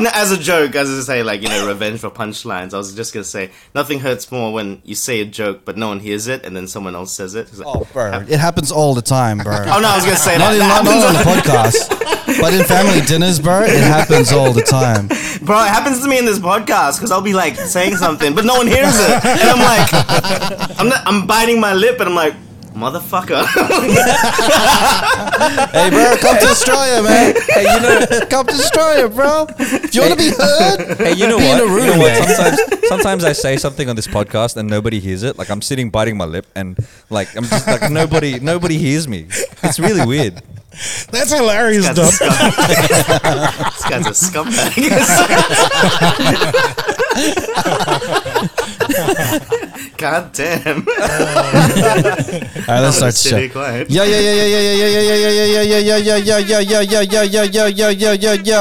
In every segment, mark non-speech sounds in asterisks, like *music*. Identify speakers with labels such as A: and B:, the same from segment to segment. A: no, as a joke, as I say, like you know, revenge for punchlines. I was just gonna say nothing hurts more when you say a joke but no one hears it, and then someone else says it. It's like-
B: Oh, Bird. It happens all the time,
C: *laughs*
B: Bird.
A: Oh no, I was gonna say
B: Not
A: that.
B: in
A: that
B: not, not on
A: happens,
B: the podcast, but in family dinners, Bird. It happens all the
A: *laughs*
B: time.
A: bro, it happens to me in this podcast because I'll be like saying something, but no one hears it, and I'm like, I'm not, I'm biting my lip, and I'm like, motherfucker. *laughs*
B: Hey, Bird, come to Australia, man.
D: Hey, you *laughs* know,
B: Come to Australia, bro. If you want to be heard,
D: hey, you know
B: Be in
D: what?
B: a room,
D: you know what?
B: man.
D: Sometimes, sometimes I say something on this podcast and nobody hears it. Like I'm sitting biting my lip and like I'm just like nobody, nobody hears me. It's really weird.
C: That's hilarious,
A: This
C: though.
A: guy's a scumbag. This guy's a scumbag. *laughs* God damn.
B: all right, let's start the show.
A: Stay quiet.
B: Yo yo yo yo yo yo yo yo yo yo yo yo yo yo yo yo yo yo yo yo yo yo yo yo.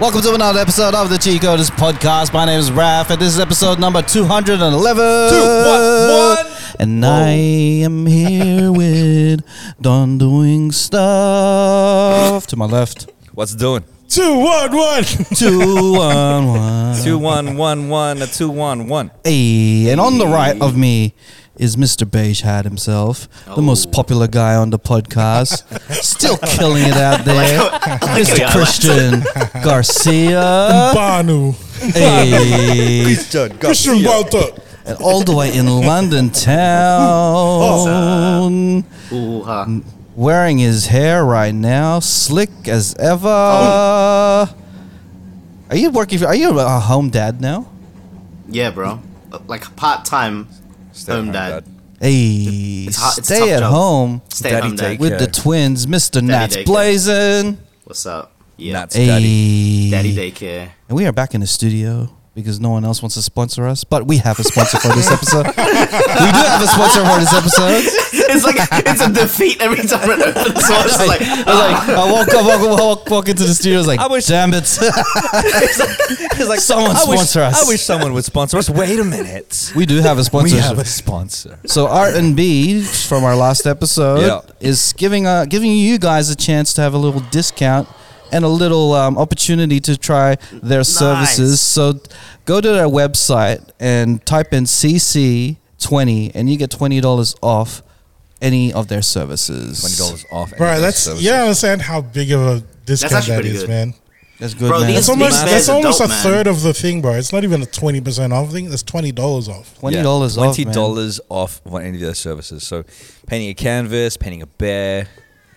B: Welcome to another episode of the Cheat Coders podcast. My name is Raph, and this is episode number two hundred and eleven. And I am here with Don doing stuff to my left.
D: What's doing?
C: Two, one, one.
B: Two one one.
D: Two one one one a two one one.
B: Hey, and on the right of me is Mr. Beige Hat himself, the most
A: Oh.
B: popular guy on
A: *laughs*
B: the podcast. Still killing it out there. Mr. Christian
A: *laughs*
B: Garcia.
C: Banu.
B: Hey,
C: Christian Balta.
B: and all the way in London town.
A: Ooh, ha.
B: Wearing his hair right now, slick as ever.
A: Oh.
B: Are you working for, are you a home dad now?
A: Yeah, bro. Like part time
D: Stay
A: home
D: home
A: dad.
D: dad.
B: Hey,
A: hard- it's a
B: stay
A: tough
B: at
A: job.
B: home.
A: Stay
D: Daddy
A: home dad.
D: take
B: with the
D: Daycare.
B: twins, Mr. Nats
A: daycare.
B: Blazing.
A: What's up? Yeah.
D: Nats. It's
B: Hey.
A: Daddy daycare. *laughs*
B: And we are back in the studio because no one else wants to sponsor us, but we have a sponsor for this episode. we do have a sponsor for this episode.
A: It's like it's a defeat every time it opens. So it's
B: Like, *laughs*
A: like,
B: I, like, I walk, I walk, walk, walk, walk into the studio. I was like,
D: I wish-
B: damn it.
D: It's like
B: Someone
D: I wish,
B: sponsor us.
D: I wish someone would sponsor us. Wait a minute.
B: we do have a
D: We
B: sponsor.
D: have a sponsor.
B: so R&B from our last episode
D: Yeah.
B: is giving uh, giving you guys a chance to have a little discount and a little um, opportunity to try their services. So go to their website and type in CC20 and you get $20 off any of their services.
D: Twenty dollars off. any
C: Bro,
D: of
C: that's,
D: those
C: you don't
D: services.
C: understand how big of a discount
A: actually
C: that
A: pretty
C: is,
A: good.
C: man.
B: That's good,
A: Bro,
B: man.
A: these-
C: That's almost,
A: man,
C: that's
A: that's
C: almost
A: dope,
C: a
A: man.
C: third of the thing, bro. It's not even a 20% off thing. That's $20
B: $20
C: off.
B: off.
D: Twenty
B: man.
D: dollars off on any of their services. So, painting a canvas, painting a bear.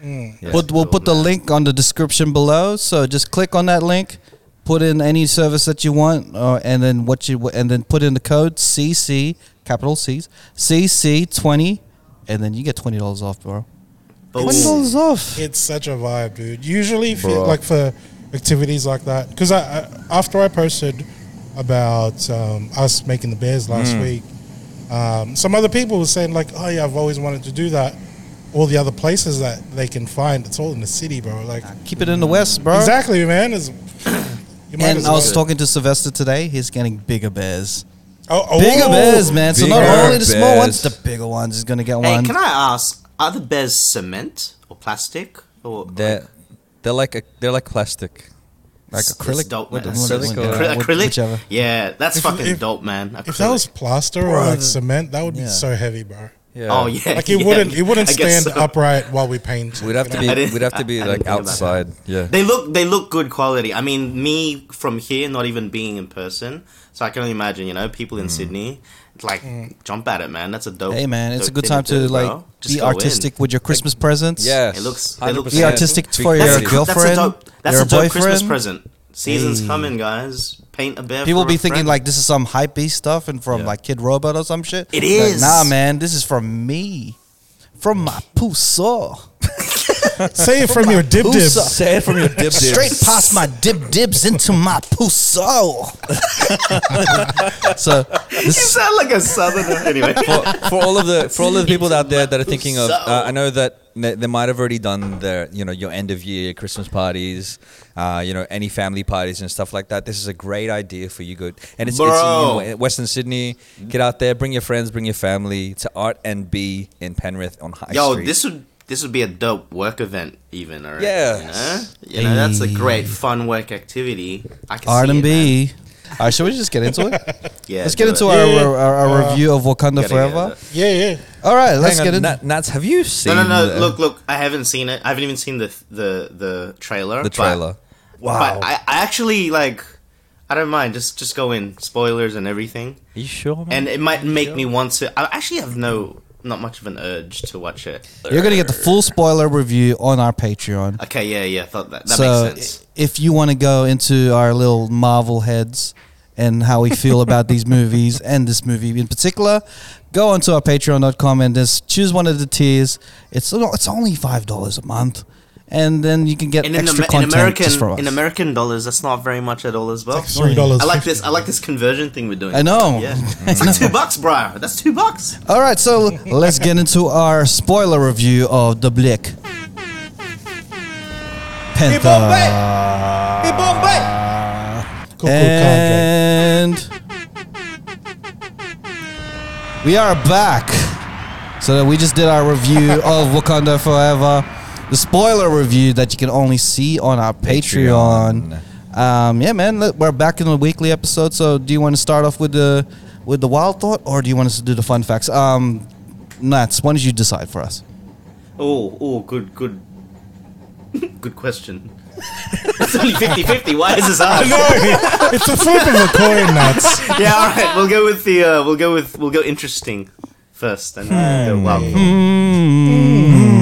D: Yeah.
B: We'll, we'll put the link on the description below. So just click on that link, put in any service that you want, uh, and then what you and then put in the code CC capital C's CC twenty, and then you get twenty dollars off, bro. Twenty
A: Ooh.
B: dollars off.
C: It's such a vibe, dude. Usually, for,
D: Bruh.
C: like for activities like that, because I, I after I posted about um, us making the bears last
A: Mm.
C: week, um, some other people were saying like, "Oh yeah, I've always wanted to do that." All the other places that they can find, it's all in the city, bro. Like
B: Keep it in the west, bro.
C: exactly, man. It's, you might
B: And
C: as
B: I was
C: well.
B: talking to Sylvester today. He's getting bigger bears,
C: Oh, oh,
B: bigger bears, man. So not
D: Bigger
B: only the small ones,
D: bears.
B: the bigger ones is gonna get
A: Hey,
B: one.
A: can I ask, are the bears cement or plastic? Or
D: They're they're like a, they're like plastic.
B: like
A: It's- it's
B: acrylic,
A: dope,
B: what
A: man.
B: the- what-
D: Acrylic
B: what-
D: or-
A: Acry-
B: what-
A: acrylic?
B: whichever.
A: Yeah, that's
C: If-
A: fucking
C: if-
A: dope, man. Acrylic.
C: If that was plaster or like cement, that would be
B: Yeah.
C: so heavy, bro.
D: Yeah.
A: oh yeah,
C: Like
A: *laughs*
C: it
A: yeah,
C: wouldn't, it wouldn't
A: I guess
C: stand
A: so.
C: upright while we
D: *laughs*
C: paint.
D: We'd have to be
A: I didn't-
D: we'd have to be
A: I- I
D: like
A: didn't think about that.
D: outside. Yeah.
A: They look they look good quality. I mean, me from here, not even being in person, so I can only imagine. You know, people in Sydney, like jump at it, man. That's a dope.
B: Mm. Hey, man, it's a
A: dope
B: good
A: thing
B: time
A: do,
B: to like
A: bro. Just
B: be
A: go in.
B: artistic with your Christmas presents.
D: Yes.
A: It looks- it
D: 100%.
A: looks-
B: Be artistic for
A: That's
B: your
A: a,
B: girlfriend.
A: That's a dope. That's
B: your
A: a dope Christmas
B: boyfriend.
A: present. Season's
B: Hey.
A: coming, guys. Paint a bear.
B: People
A: for
B: be
A: a
B: thinking
A: friend.
B: like this is some hype stuff and from
D: Yeah.
B: like Kid Robot or some shit.
A: It
B: Like,
A: is.
B: nah, man, this is from me. From my puso.
C: *laughs* Say it from your dib
B: Who's
C: dibs.
B: up?
D: Say it
B: *laughs*
D: from your dip
B: Straight past my dib dibs into my puso. *laughs* so
A: *laughs* *laughs* you
B: this
A: sound like a
B: *laughs*
A: southerner. Anyway,
D: for, for all of the for all of the people out there that are thinking of, uh, I know that they, they might have already done their you know your end of year Christmas parties, uh, you know any family parties and stuff like that. This is a great idea for you, good. And it's, it's in
A: Bro.
D: you know, Western Sydney. Get out there, bring your friends, bring your family to Art and B in Penrith on High
A: yo,
D: Street.
A: this would this would be a dope work event, even. Or
D: Yes.
A: you know, You know, that's a
B: Hey.
A: great fun work activity. I can see
B: R and
A: it, man.
B: B. All right, should we just get into it?
A: Yeah,
B: Let's
A: do
B: get into
A: it.
B: our,
C: Yeah,
B: our, our
C: uh,
B: review of Wakanda
A: Gotta get
B: Forever.
A: into
C: Yeah, yeah.
B: All right, let's
D: Hang
B: get
D: on,
B: into
D: Nat- Nats, have you
A: it.
D: seen?
A: No, no, no.
D: the-
A: Look, look. I haven't seen it. I haven't even seen the the the trailer.
D: the
A: but-
D: trailer.
A: But I, I actually like. I don't mind. Just just go in spoilers and everything,
D: Are you sure?
A: and
D: Man?
A: it might make me want to. I actually have no not much of an urge to watch it.
B: You're gonna get the full spoiler review on our Patreon.
A: Okay, yeah, yeah. Thought that that
B: so
A: makes sense.
B: i- if you want to go into our little Marvel heads and how we feel
A: *laughs*
B: about these movies and this movie in particular, go onto our patreon.com and just choose one of the tiers. It's o- it's only five dollars a month. And then you can get
A: And in, Am-
B: extra
A: in
B: content
A: American
B: just from us.
A: in American dollars, that's not very much at all as well.
C: Three dollars.
A: I like this. I like this conversion thing we're doing.
B: I know. *laughs*
A: Yeah, it's like two bucks, bro. That's two bucks.
B: All right, so
A: *laughs*
B: let's get into our spoiler review of the Blick. Panther.
C: Cool, cool, contract.
B: And we are back. So that we just did our
A: *laughs*
B: review of Wakanda Forever, the spoiler review that you can only see on our Patreon. Um, yeah, man, look, we're back in the weekly episode. So do you want to start off with the with the wild thought, or do you want us to do the fun facts? Um, Nats, why don't you decide for us?
A: Oh, oh, good, good, good question. it's only 50-50. Why is this hard?
C: *laughs* No, it's a flip of a coin, nuts.
A: Yeah, all right. We'll go with the. Uh, we'll go with. We'll go interesting first, and then we'll go wow.
C: Hmm.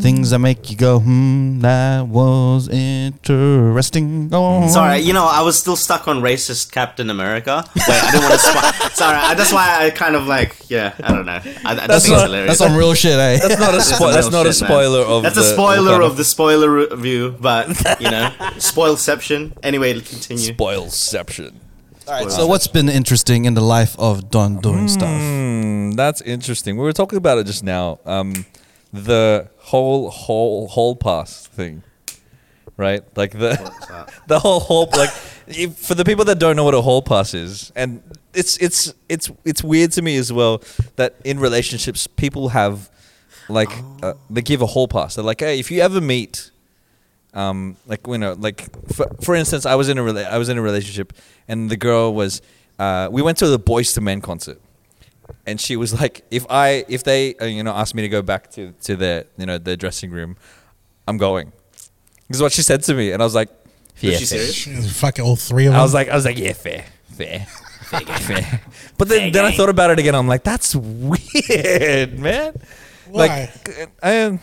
B: Things that make you go, hmm, that was interesting. Oh.
A: Sorry, you know, I was still stuck on racist Captain America. Wait, I didn't want to. Sp- *laughs* Sorry, I, that's why I kind of like. Yeah, I don't know. I, I just think it's hilarious.
B: That's some real shit, eh?
D: That's not a spoiler. That's
A: real
D: not a
A: shit, man.
D: spoiler of.
A: That's
D: the,
A: a spoiler
D: Wakanda-
A: of the spoiler review, but you
D: *laughs*
A: know, spoilception. Anyway, to continue.
D: spoilception.
B: So what's been interesting in the life of Don doing stuff?
D: Mm, that's interesting. We were talking about it just now. Um, the whole whole whole pass thing, right? Like the
A: that?
D: *laughs* the whole whole like if, for the people that don't know what a whole pass is, and it's it's it's it's weird to me as well that in relationships people have like uh, they give a whole pass. They're like, hey, if you ever meet um, like you know, like for, for instance, I was in a rela- I was in a relationship, and the girl was, uh, we went to the Boys to Men concert, and she was like, if I if they uh, you know asked me to go back to to their you know their dressing room, I'm going. This is what she said to me, and I was like, yeah,
A: she
D: fair."
A: serious?
C: Fuck it, all three of them.
D: I was like, I was like, yeah, fair, fair. fair. But then, then I thought about it again. I'm like, that's weird, man.
C: Why?
D: Like, I am.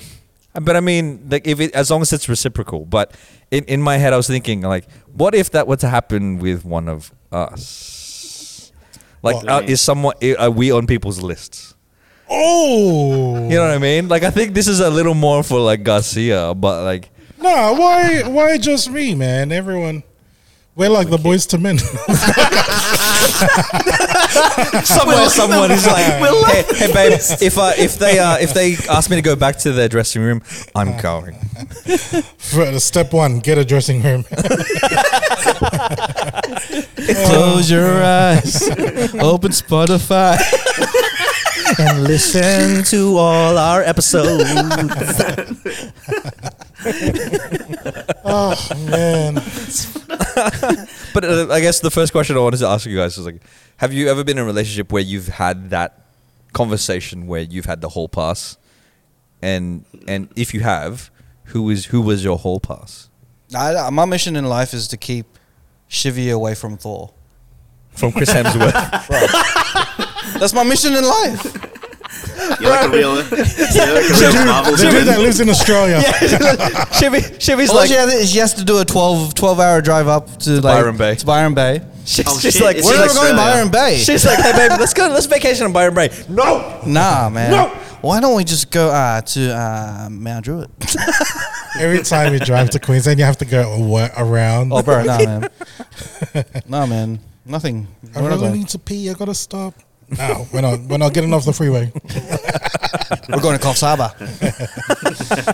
D: But I mean, like, if it, as long as it's reciprocal. But in, in my head, I was thinking, like, what if that were to happen with one of us? Like,
C: What?
D: uh, is someone are we on people's lists?
C: oh
D: You know what I mean? Like, I think this is a little more for like Garcia, but like,
C: no, why? Why just me, man? Everyone, we're like the boys to men. *laughs*
D: somewhere someone is like,
A: Will-
D: hey, hey babe, if uh, if they uh, if they ask me to go back to their dressing room, I'm going.
C: For- Step one: get a dressing room. *laughs*
D: *laughs*
B: Close your *laughs* eyes, open Spotify, and listen to all our episodes. *laughs*
C: oh
A: *laughs*
C: man,
D: But uh, I guess the first question I wanted to ask you guys is like, have you ever been in a relationship where you've had that conversation where you've had the whole pass, and and if you have, who is who was your whole pass?
B: I, my mission in life is to keep Shivy away from Thor.
D: From Chris Hemsworth.
B: That's my mission in life. *laughs*
A: You're like a real, you're like a real Marvel
C: the dude that
A: villain.
C: lives in Australia.
D: Shivy, Shivy's
B: All
D: like,
B: she, has, is she has to do a 12, 12 hour drive up to, like,
D: Byron Bay.
B: to Byron Bay.
D: she's,
A: Oh,
D: she's
A: shit,
D: like,
A: is
B: We're
A: she
B: never
A: like
B: going to
A: Australia?
B: Byron Bay.
D: she's like, hey babe, let's go, let's vacation on Byron Bay. No,
B: *laughs* nah, man.
D: No.
B: Why don't we just go uh, to uh, Mount Druitt?
C: Every time you drive to Queensland, you have to go awa- around.
B: Oh,
C: *laughs*
B: bro, nah, man. nah, man. Nothing.
C: I
B: We're not
C: really
B: going.
C: need to pee. I gotta stop. No, we're not. We're not getting off the freeway.
B: We're going to Coffs Harbour.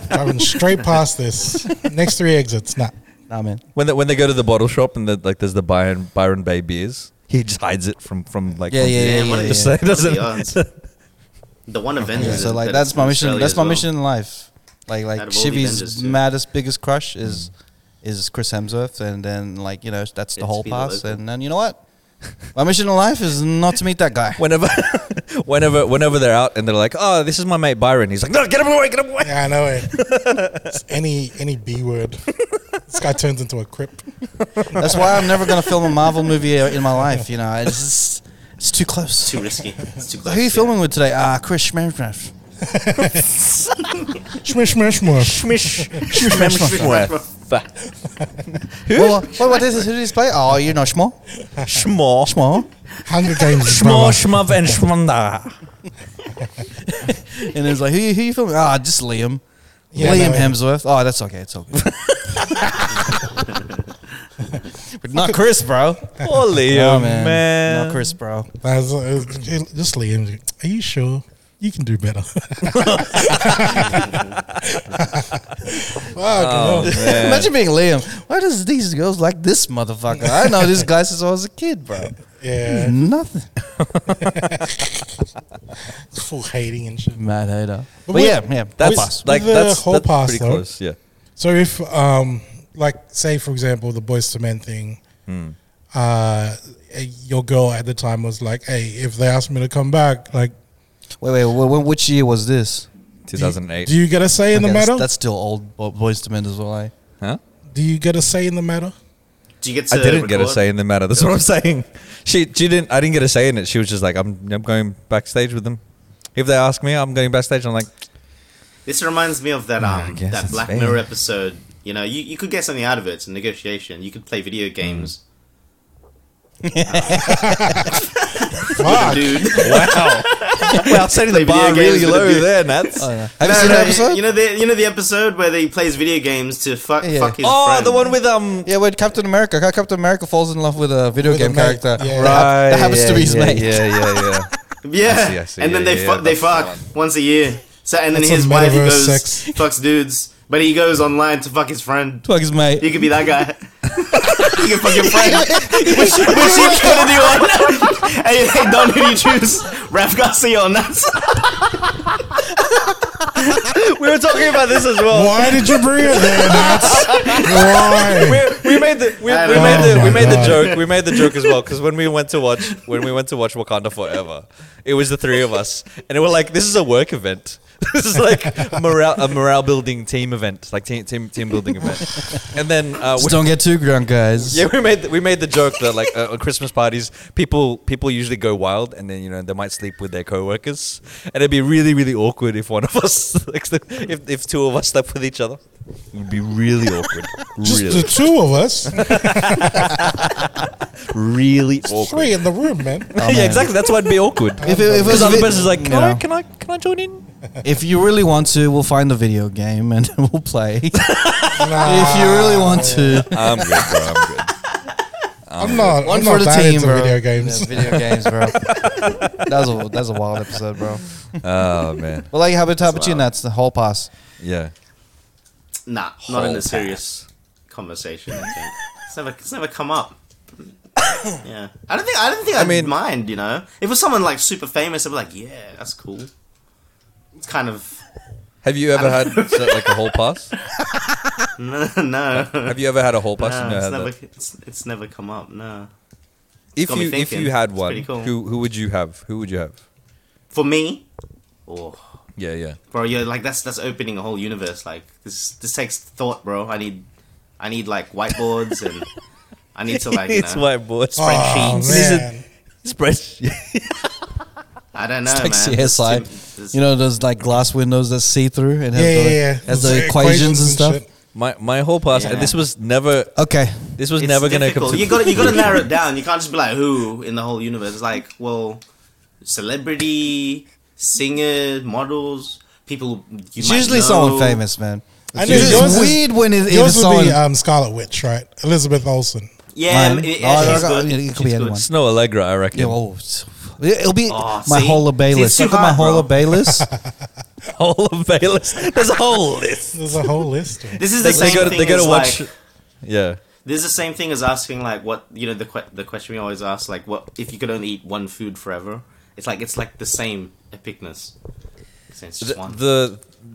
C: Driving straight past this. Next three exits. Nah.
B: Nah, man.
D: When they, when they go to the bottle shop and the, like there's the Byron Byron Bay beers, he just hides it from from like
B: Yeah,
D: from
B: yeah,
D: the-
B: yeah,
A: Yeah,
B: yeah.
A: what
B: yeah.
A: is-
B: *laughs*
D: Just so
A: What are the
D: it doesn't.
A: odds? The one Avengers.
B: Yeah,
A: is
B: so like
A: that
B: that's
A: it's
B: my
A: in
B: mission.
A: Australia
B: That's
A: as
B: my
A: well.
B: mission in life. Like like
A: Out of all the Avengers,
B: Shivy's
A: too.
B: maddest biggest crush is is Chris Hemsworth, and then like you know that's the
A: It's
B: whole
A: be
B: pass.
A: local.
B: And then you know what, my mission in life is not to meet that guy.
D: Whenever, *laughs* whenever, whenever they're out and they're like, "Oh, this is my mate Byron," he's like, "No, get him away, get him away."
C: Yeah, I know it. It's any any B word. This guy turns into a crip.
B: That's why I'm never gonna film a Marvel movie in my life. You know, I just, it's too close.
A: Too risky. It's too
B: *laughs* Who
A: close.
B: are you
A: yeah.
B: filming with today? Ah, Chris Hemsworth.
C: Shmish, shmish, shmish.
D: Schmish,
B: Well, what, what is this? Who does this play? Oh, you know Schmo.
D: Schmor,
B: Schmo.
C: Hunger Games,
D: Schmor,
C: brother.
D: Schmav, and Schmanda.
B: And it's like, who you, who you filming? Ah, just Liam.
C: Yeah,
B: Liam
C: no,
B: Hemsworth. Oh, that's okay. It's okay. *laughs* but not Chris, bro.
D: Poor Liam,
B: Oh,
D: man.
B: man. Not Chris, bro.
C: That's, uh, just Liam. Are you sure? You can do
B: *laughs*
C: better. Fuck,
B: Um,
C: no.
D: Oh,
B: *laughs*
D: man.
B: Imagine being Liam. Why does these girls like this motherfucker? I know this guy since I was a kid, bro.
C: Yeah,
B: Nothing.
C: full hating and shit.
B: Mad hater. But,
C: what-
B: yeah, yeah.
D: That's
B: That's
D: like
C: With the
D: that's,
C: whole
D: that's
C: pass,
D: pretty
C: though.
D: close. Yeah.
C: So if, um, like, say for example, the boys to men thing,
D: Hmm.
C: uh, your girl at the time was like, "Hey, if they ask me to come back, like,
B: wait, wait, wait, wait. Which year was this?
C: do you-
D: 2008.
C: do you get a say in
B: Okay,
C: the
B: that's-
C: matter?
B: That's still old bo- boys to men as well. Eh?
D: huh?
C: do you get a say in the
B: *laughs*
C: matter?
A: Do you get to
D: I didn't get a
A: record?
D: say in the matter. That's what I'm saying. She she didn't. I didn't get a say in it. She was just like, I'm I'm going backstage with them. If they ask me, I'm going backstage. I'm like, *laughs*
A: This reminds me of that
D: I
A: um
D: guess
A: that
D: it's
A: Black
D: fair.
A: Mirror episode. You know, you, you could get something out of it. It's a negotiation. You could play video
B: Mm.
A: games.
B: Ah,
C: Fuck.
A: Dude.
D: wow, wow, setting
A: Play
D: the
A: video
D: bar
A: games
D: really
A: with
D: low
A: a dude.
D: there, Nats. Oh,
B: Have you
A: *laughs* No,
B: seen
A: no,
B: that episode?
A: You know the you know the episode where he plays video games to fuck
B: Yeah. Oh,
A: fuck his friend?
D: the one with um.
B: yeah, when Captain America, how Captain America falls in love with a video
C: With a
B: game
C: mate,
B: character.
C: yeah.
B: That hap-
D: Right,
B: That happens
D: yeah,
B: to be his
D: yeah,
B: mate. *laughs*
D: Yeah, yeah,
A: yeah,
D: yeah. I see, I see.
A: and then
D: Yeah,
A: they
D: yeah,
A: fuck they
D: that's the
A: fuck
D: one.
A: once a year. So and then
C: That's
A: his
C: a
A: wife he goes
C: metaverse sex.
A: fucks dudes, but he goes online to fuck his friend.
B: Fuck his mate.
A: You could be that guy. *laughs* you can fuck your friend.
C: *laughs*
A: Which which you gonna do on? *laughs* hey, hey, Don, who do you choose? Raf Garcia or Nuts?
D: we were talking about this as well.
C: *laughs* Why did you bring
B: *laughs*
C: it there? That's why.
D: we made the we,
A: I
D: we
A: don't
D: made
C: know.
D: the
C: *laughs* Oh
D: we
C: my
D: made the
C: God.
D: joke we made the joke as well because when we went to watch when we went to watch Wakanda Forever, it was the three of us and we are like, this is a work event. *laughs* This is like morale a morale building team event, like team team team building event. And then uh,
B: Just
D: we,
B: don't get too drunk, guys.
D: yeah, we made the, we made the joke that like uh, at Christmas parties, people people usually go wild, and then you know they might sleep with their coworkers, and it'd be really really awkward if one of us *laughs* like, if if two of us slept with each other, it'd be really awkward,
C: *laughs* Just
D: really,
C: the two of us,
D: really *laughs* awkward.
C: three in the room,
D: *laughs*
C: man.
D: yeah,
B: man.
D: exactly. That's why it'd be awkward.
B: If it, if it
D: Because
B: was
D: the other
B: vi-
D: person's like,
B: you
D: can, I,
B: know,
D: can I can I join in?
B: if you really want to, we'll find the video game and *laughs* we'll play. if
C: Nah,
B: you really want to,
D: I'm good, bro. I'm good. Um,
C: I'm not.
B: one
C: I'm
B: for
C: not
B: the
C: that
B: team,
C: into
B: bro.
C: video games.
B: Yeah, video games, *laughs* bro. That's a that's a wild episode, bro.
D: *laughs* Oh man,
B: But like, how about how about you?
A: wild.
B: That's the whole pass.
D: yeah.
A: *laughs* Nah, not in a serious conversation. I think it's never it's never come
D: *coughs*
A: up. yeah, I don't think I don't think I would
D: mean-
A: mind. You know, if it was someone like super famous, I'd be like, yeah, that's cool. It's kind of *laughs*
D: Have you ever had so, like a whole pass?
A: no, no.
D: Have you ever had a whole pass?
A: Nah,
D: You know,
A: it's
D: had
A: never
D: that.
A: it's, it's never come up. No,
D: If
A: got me
D: you if
A: thinking.
D: you had
A: It's
D: one,
A: pretty cool.
D: who who would you have? Who would you have?
A: for me, oh,
D: Yeah, yeah.
A: bro, yeah, like that's that's opening a whole universe. Like this this takes thought, bro. I need I need like whiteboards and I need to like you
D: *laughs* it's
A: know,
D: whiteboard
C: Oh,
A: spreadsheets.
D: *laughs*
C: man.
D: spreadsheet.
A: I don't know,
B: It's like
A: man. There's
B: CSI.
A: too- there's-
B: You know those like glass windows that see through and have
C: Yeah,
B: the,
C: yeah, yeah.
B: Has
C: It's
B: the equations and stuff.
C: shit.
D: My my whole pass,
A: Yeah.
D: and this was never
B: Okay,
D: this was
A: It's
D: never gonna
A: difficult.
D: come to
A: You got you got
D: *laughs*
A: to narrow it down. You can't just be like who in the whole universe. It's like well, celebrity, singer, models, people. You
B: it's
A: might
B: usually
A: know.
B: someone famous, man.
C: I
B: It's
C: knew
B: usually-
C: yours
B: it's
C: is-
B: weird when it, it
C: Yours
B: is
C: would
B: someone.
C: be um, Scarlet Witch, right? Elizabeth Olsen.
A: Yeah,
B: Mine?
A: it, it,
B: Oh,
A: she's
B: I- I-
A: good.
B: it could be
A: She's good.
B: anyone.
D: Snow Allegra, I reckon.
B: Yeah,
D: *laughs*
B: well, it's- it'll be
A: Aw,
B: my
A: see?
B: whole obey
A: See,
B: list.
A: it's too
B: Look at my
A: hard,
B: whole
A: bro.
B: obey list.
D: Whole of Bayless. There's a whole list.
C: There's a whole
D: *laughs*
C: list.
A: This is the
D: They,
A: same
D: they go to,
A: thing.
D: they go
A: as
D: to watch.
A: Like,
D: yeah.
A: this is the same thing as asking like what you know the que- the question we always ask like what if you could only eat one food forever. It's like it's like the same epicness. So it's just
D: the,
A: one.
D: the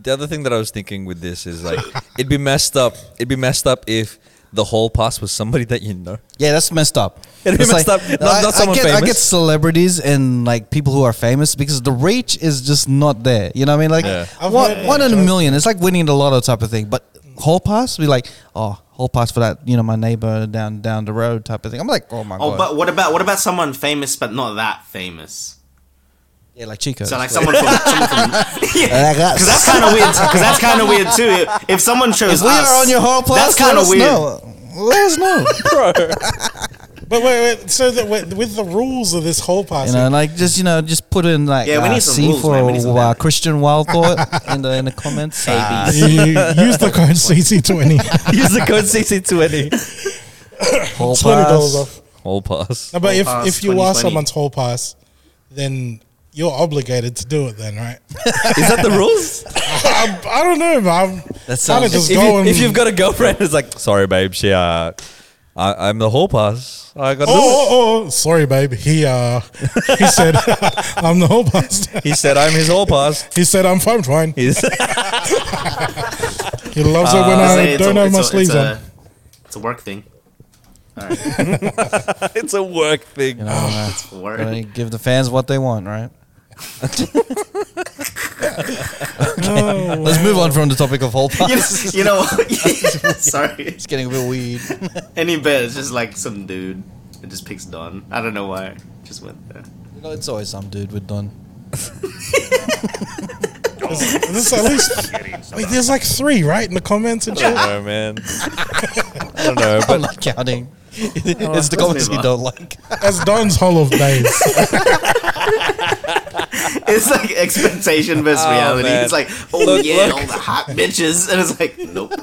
D: the other thing that I was thinking with this is like *laughs* it'd be messed up. It'd be messed up if the whole pass was somebody that you know. *laughs*
B: Yeah, that's messed up.
D: It'd be
B: It's
D: messed up. Not-
B: I-
D: not someone
B: I get, I
D: famous.
B: get celebrities and like people who are famous because the reach is just not there. You know what I mean? Like
D: Yeah.
C: I've
B: one,
C: heard
B: one in a
C: that.
B: million. It's like winning the lotto type of thing. But whole pass, be like, oh, whole pass for that. You know, my neighbor down down the road type of thing. I'm like, oh my
A: oh,
B: god.
A: but what about what about someone famous but not that famous?
B: yeah, like Chico.
A: So like
B: *laughs*
A: someone from, someone from *laughs*
B: Like Uh, that.
A: Because that's kind of weird. Because that's kind of weird too. If, if someone chose
B: If we
A: us,
B: are on your whole pass.
A: that's kind of weird.
B: Know. Let us know.
C: But wait, wait. So that with, with the rules of this whole
B: you
C: passing,
B: know, like just you know, just put in like
A: Yeah, we
B: uh,
A: need some
B: C
A: rules,
B: for
A: man. We need some
B: uh,
A: balance.
B: Christian Wild *laughs* Thought in the in the comments. Ah.
C: you use
A: *laughs*
C: the code CC20,
D: Use the code CC twenty.
B: Whole
C: twenty dollars
B: pass.
C: off.
D: Whole pass.
C: No, but if,
A: pass,
C: if you are
A: 20.
C: someone's whole pass, then you're obligated to do it. Then right? *laughs*
D: Is that the rules?
C: I, I don't know. but I'm
B: That
C: kind of
B: sounds
C: just
D: if, you,
C: going.
D: have got a girlfriend, it's like sorry, babe. She uh, I, I'm the whole pass. I got.
C: Oh, oh, oh, oh, sorry, babe. He uh, he said, *laughs* "I'm the whole pass."
D: *laughs* He said I'm his whole pass.
C: He said, "I'm fine, fine."
D: He's *laughs*
C: He loves it when
A: It's
C: I
A: a- Uh, it's a-
C: don't have
A: it's
C: my
A: a-
C: sleeves
A: it's a-
C: on.
A: It's a work thing.
D: it's a work thing.
A: It's a
B: *laughs*
A: work.
B: Gotta give the fans what they want, right?
C: Oh,
B: Let's move on from the topic of *laughs* whole
A: *laughs* You,
B: pass.
A: you know, *laughs* sorry.
B: It's getting a bit weird.
A: Any bit is just like some dude that just picks Don. I don't know why. Just went there. *laughs*
B: You know, it's always some dude with *laughs* Don.
C: there's at least wait, there's like three right in the comments and shit.
D: Oh man, I don't know,
B: I'm
D: but
B: not counting. it's the comments
A: move
B: you
A: on.
B: don't like.
C: That's Don's whole of days.
A: It's like
D: *laughs*
A: expectation versus
D: Oh,
A: reality.
D: man.
A: It's like, oh
D: Look,
A: yeah,
D: look.
A: all the hot bitches, and it's like,
D: *laughs*
A: nope.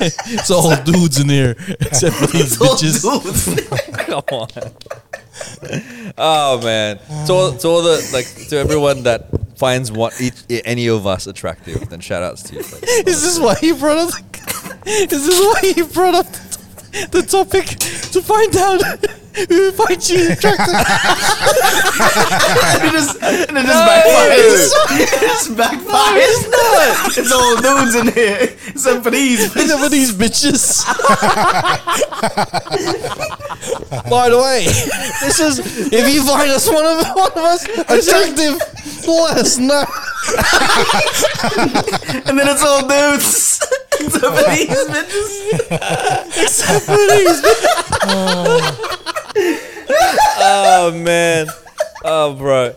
B: It's all dudes in *laughs* here, except for these
A: All
B: bitches.
A: dudes.
D: *laughs* Come on. oh man. To all, to all the like to everyone that finds one each, any of us attractive, then shout outs to you. Like,
B: Is this why he brought up? The, *laughs* is this why he brought up the, the topic to find out *laughs* who finds you
A: *laughs*
B: attractive?
A: and it just, and it just backfires. *laughs* It just backfires. *laughs* It's all dudes in here, except for these. bitches.
B: Except for these bitches. By the way, this is if you find us one of one of us attractive, let us know.
A: And then it's all dudes. *laughs* except for these bitches.
D: *laughs*
A: *laughs*
D: oh man. Oh bro.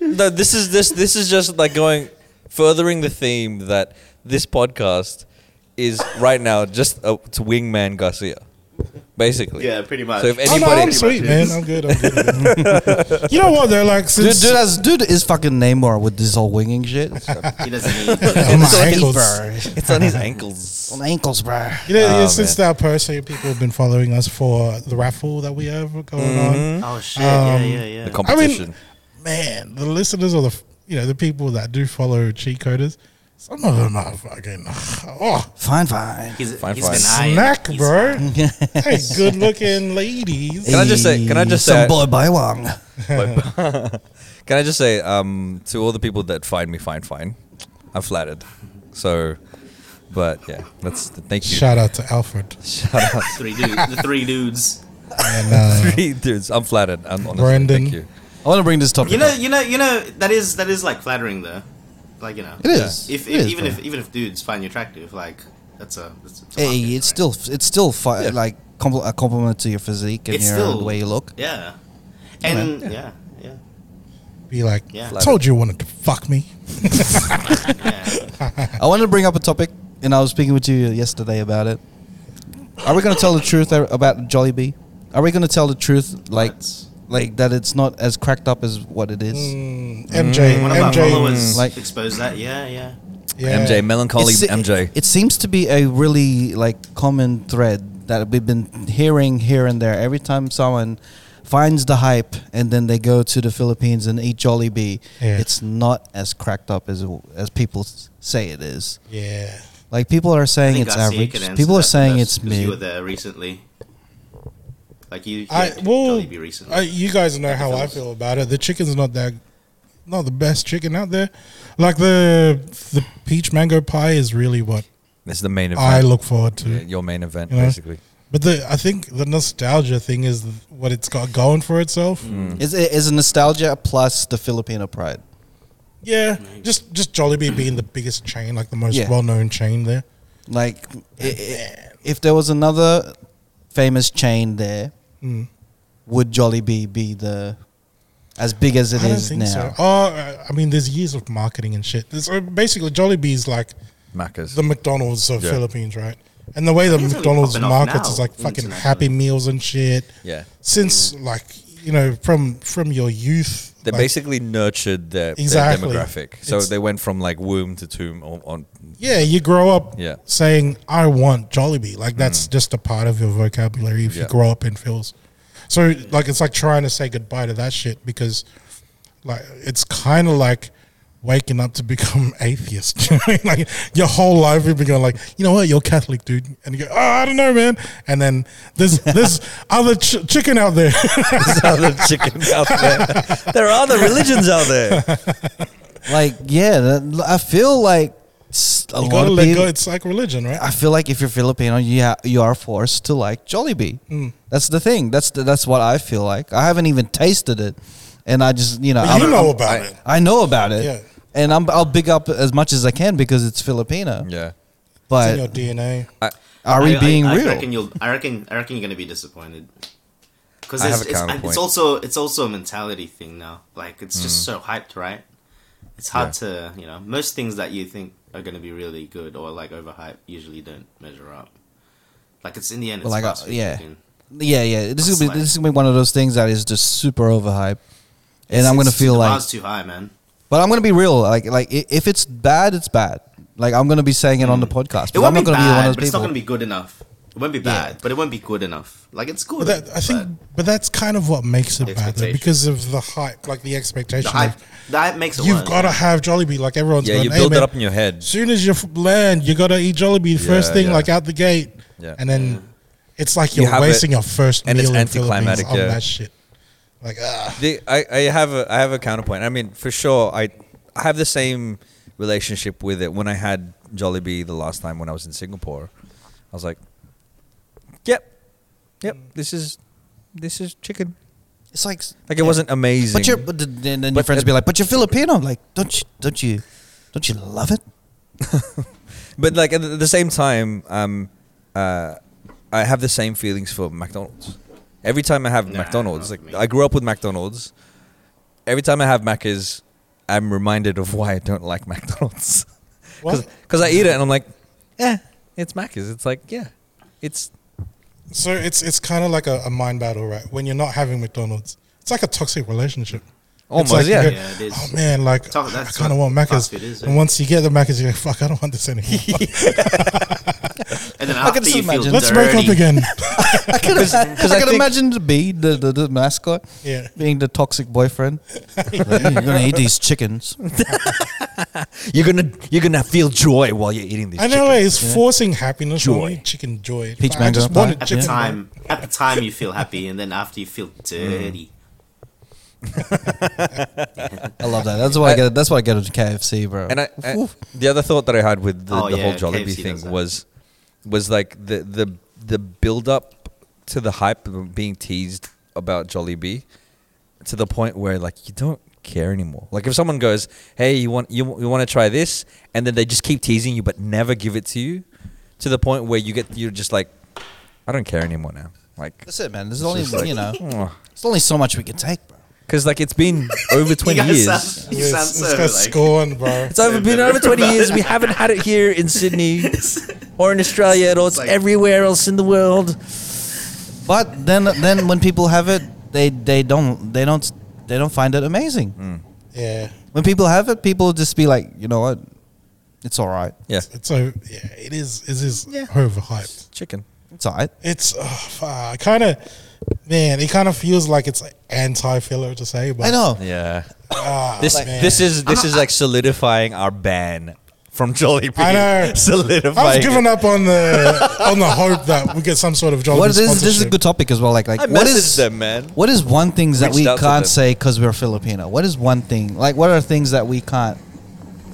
D: no, this is this this is just like going furthering the theme that this podcast is right now just a, to wingman Garcia. Basically.
A: Yeah, pretty much.
D: So if
C: Oh, no,
D: anybody
C: I'm sweet, man. I'm good. I'm good. I'm
D: *laughs*
C: good. you know what? They're like,
B: Dude,
C: since
B: dude, has, dude is fucking Namor with this whole winging shit.
A: He doesn't
D: *laughs*
A: need.
C: Oh, my
B: It's on his
C: ankles.
B: bro.
D: it's on his
B: *laughs*
D: ankles.
B: On the ankles, bro.
C: You know,
D: Oh,
C: since
D: man.
C: that person, people have been following us for the raffle that we have going
D: Mm-hmm.
C: on.
A: Oh shit!
D: Um,
A: yeah, yeah, yeah.
D: The competition.
C: Man, the listeners or the f- you know the people that do follow cheat coders, some of them are fucking oh
B: Fine, fine.
A: he's
D: Fine,
A: he's
D: fine.
A: been eyeing.
C: snack,
A: he's-
D: *laughs*
C: bro. hey, good looking ladies.
D: Can I just say- can I just
B: Some
D: say-
B: boy by Wang.
C: *laughs*
D: But- *laughs* can I just say um, to all the people that find me fine, fine, I'm flattered. So, but yeah, that's thank you.
C: Shout out to Alfred
D: Shout
C: *laughs*
D: out, *laughs*
A: Three dudes. The three dudes.
C: and uh,
D: three dudes. I'm flattered. I'm honestly,
C: Brandon.
D: thank you.
B: I want to bring this
A: *laughs*
B: topic.
A: You know,
B: up.
A: you know, you know. That is that is like flattering though. Like you know,
B: it is.
A: If,
B: It
A: if
B: is,
A: even
B: bro.
A: if even if dudes find you attractive, like that's a. That's a
B: hey,
A: market,
B: it's
A: right?
B: still it's still fi-
D: Yeah.
B: like compl- a compliment to your physique and
A: It's
B: your
A: still-
B: the way you look.
A: Yeah, and yeah, yeah,
C: be like,
A: Yeah.
C: told you you wanted to fuck me.
B: *laughs*
A: yeah.
B: I want to bring up a topic, and I was speaking with you yesterday about it. Are we going to tell the truth a- about Jollibee? Are we going to tell the truth, like,
A: What?
B: like that it's not as cracked up as what it is?
C: Mm, MJ,
A: One of our
C: MJ,
A: followers
B: Like-
A: exposed that. Yeah, yeah.
C: yeah.
D: MJ, melancholy
B: It's-
D: MJ.
B: It seems to be a really like common thread that we've been hearing here and there. Every time someone finds the hype and then they go to the Philippines and eat Jollibee,
C: Yeah.
B: it's not as cracked up as as people s- say it is.
C: yeah.
B: Like people are
A: I
B: saying
A: think
B: it's
A: Garcia
B: average.
A: could answer
B: People are
A: that
B: saying
A: best,
B: it's
A: 'cause You were
B: mid.
A: there recently. Like you,
C: I
A: had
C: well,
A: Jollibee recently.
C: I, you guys know how I
A: films.
C: feel about it. The chicken's not that, not the best chicken out there. Like the the peach mango pie is really what
D: This is the main event.
C: I look forward to.
D: Yeah, your main event,
C: You know?
D: basically.
C: But the I think the nostalgia thing is what it's got going for itself.
B: Is it is nostalgia plus the Filipino pride?
C: Yeah, just just Jollibee being the biggest chain, like the most
B: Yeah.
C: well known chain there.
B: Like, i i if there was another famous chain there,
C: Mm.
B: would Jollibee be the as big as it
C: I don't
B: is
C: think so.
B: now?
C: Oh, I- I mean, there's years of marketing and shit. So basically, Jollibee is like
D: Macca's.
C: the McDonald's of
D: Yeah.
C: Philippines, right? And the way the
A: It's really
C: McDonald's
A: popping off
C: markets
A: now
C: is like fucking
A: internationally.
C: Happy Meals and shit.
D: yeah.
C: Since
B: Mm.
C: like you know from from your youth,
D: They
C: like,
D: basically nurtured their, their
C: Exactly.
D: demographic. So
C: It's-
D: they went from like womb to tomb on,
C: *laughs*
D: on
C: yeah, you grow up
D: Yeah.
C: saying I want Jollibee.
B: Mm.
C: Like that's just a part of your vocabulary if you
D: Yeah.
C: grow up in Phils. So like it's like trying to say goodbye to that shit because like it's kind of like waking up to *laughs* become atheist. *laughs* You know what I mean? like your whole life you've been going like, you know what, you're Catholic, dude, and you go, oh, I don't know, man. And then
B: *laughs*
C: there's there's other ch- chicken out there. *laughs*
D: other chicken out there. There are other religions out there.
C: *laughs*
B: Like, yeah, that- I feel like s- a
C: you
B: lot
C: gotta
B: of
C: let
B: people.
C: go. It's like religion, right?
B: I feel like if you're Filipino, you ha- you are forced to like Jollibee.
C: Mm.
B: That's the thing. That's the, that's what I feel like. I haven't even tasted it, and I just you know
C: But
B: I'm-
C: you
B: I'm-
C: know about it.
B: I know about it.
C: Yeah.
B: And I'm, I'll big up as much as I can because it's Filipino.
D: Yeah.
C: It's in your
B: But
C: DNA.
B: are we
A: I- I-
B: being
A: I,
B: real?
A: Reckon you'll, I reckon. I reckon you're gonna be disappointed. Because
D: I
A: it's,
D: have a
A: it's,
D: counterpoint.
A: it's also it's also a mentality thing now. Like it's
B: Mm.
A: just so hyped, right? It's hard to you know most things that you think are gonna be really good or like overhyped usually don't measure up. Like it's in the end, it's
B: Well, like,
A: fast
B: uh,
A: food
B: yeah.
A: chicken.
B: yeah, yeah. This is gonna be
A: It's
B: this is gonna be one of those things that is just super overhyped, and I'm gonna
A: It's-
B: feel
A: the
B: like.
A: bar's too high, man.
B: But I'm gonna be real. Like like i- if it's bad, it's bad. Like I'm gonna be saying it on the podcast.
A: Mm. It
B: because I'm
A: won't
B: not
A: be
B: gonna be one
A: bad,
B: of
A: but
B: those
A: it's not
B: people.
A: gonna be good enough. It won't be
B: Yeah.
A: bad, but it won't be good enough. Like it's good.
C: But that, I think,
A: but
C: but that's kind of what makes it bad though,
A: Expectation.
C: because of the hype, like the expectation.
A: the hype
C: of,
A: that makes it.
C: You've
A: worse.
C: got to have Jollibee, like everyone's.
D: Yeah,
C: going,
D: you
C: "Hey,
D: build
C: man,
D: it up in your head.
C: As soon as you f- land, you got to eat Jollibee the first
D: Yeah,
C: thing,
D: yeah.
C: like out the gate,
D: Yeah.
C: and then it's like
D: You
C: you're
D: have
C: wasting
D: it,
C: your first
D: and
C: meal
D: it's
C: in Philippines
D: anticlimactic,
C: on
D: yeah.
C: that shit. Like, ah,
D: The, I, I have a I have a counterpoint. I mean, for sure, I I have the same relationship with it. When I had Jollibee the last time when I was in Singapore, I was like, "Yep, yep,
B: Mm.
D: this is this is chicken."
B: It's like,
D: Like it wasn't amazing.
B: but you're, but th- then, then your
D: But
B: friends
D: the-
B: be like, but you're Filipino. Like, don't you, don't you, don't you love
A: *laughs*
B: it?
D: But like at the the same time, um, uh, I have the same feelings for McDonald's. Every time I have
A: Nah,
D: McDonald's,
A: not
D: like
A: me.
D: I grew up with McDonald's. Every time I have Macca's, I'm reminded of why I don't like McDonald's. *laughs*
C: What?
D: Because I eat it and I'm like, yeah, it's Macca's. It's like, yeah, it's
C: so it's it's kind of like a, a mind battle, right? When you're not having McDonald's, it's like a toxic relationship. It's
D: almost
C: like you
D: yeah.
C: go,
A: Yeah, it is.
C: Oh man, like
A: Talk-
C: I
A: that's
C: kind of
A: what
C: want Macca's,
A: fast food is,
C: and
A: eh?
C: once you get the Macca's, you go, "Fuck, I don't want this anymore."
A: And then
B: can
A: after
B: just
A: you feel
B: imagine.
C: Let's break up
A: dirty.
B: *laughs*
C: again.
B: I could, I,
D: I
B: could
D: think-
B: imagine the bee, the, the, the mascot,
C: Yeah.
B: being the toxic boyfriend. Like, "Mm, you're gonna eat these chickens.
D: You're gonna you're gonna feel joy while you're eating these.
C: I know
D: chicken.
C: it's forcing happiness.
D: Joy.
C: Joy, chicken joy.
B: Peach
C: But I
B: mango
C: just
B: pie.
C: wanted
A: At the
C: chicken.
A: time, at the time you feel happy, and then after you feel dirty.
D: Mm.
B: I love that. That's why I,
D: I-
B: get. That's why I get at KFC, bro.
D: And I, I the other thought that I had with the,
A: Oh,
D: the whole
A: yeah,
D: Jollibee
A: KFC does
D: thing
A: that.
D: was was like the the the build up to the hype of being teased about Jollibee to the point where like you don't care anymore. Like if someone goes, "Hey, you want you, you want to try this?" and then they just keep teasing you but never give it to you to the point where you get you're just like I don't care anymore now. Like
B: that's it, man. There's only
D: just like-
B: you know, there's only so much we can take, bro.
D: cuz like it's been over
A: *laughs*
D: 20
A: you guys
D: years.
A: Sound, you sound
C: *laughs* Yes,
A: so
C: this guy's
A: like.
C: scorned, bro.
D: It's over, been
A: bitter
D: over 20
A: about
D: years. We haven't had it here in Sydney or in Australia at all. It's
A: It's like-
D: everywhere else in the world.
B: But then, then when people have it, they they don't they don't they don't find it amazing.
D: Mm.
C: Yeah,
B: When people have it, people just be like, you know what, it's all right.
D: Yeah.
C: it's so yeah. It is. It is
D: Yeah.
C: overhyped.
D: Chicken.
B: It's all right.
C: It's uh, fuck, kind of man. It kind of feels like it's anti-filler to say, but
B: I know.
D: Yeah.
C: ah,
B: *laughs*
D: This
C: man.
D: this is this is like solidifying our ban from Jolly Bee.
C: I
D: *laughs*
C: know.
D: Solidifying.
C: I've
D: it.
C: given up on the *laughs* on the hope that we get some sort of job.
B: What is this is a good topic as well. Like like
D: I
B: what
D: messaged
B: is
D: them, man.
B: what is one thing that we
D: Reached out to
B: can't
D: them.
B: say because we're Filipino? What is one thing like what are things that we can't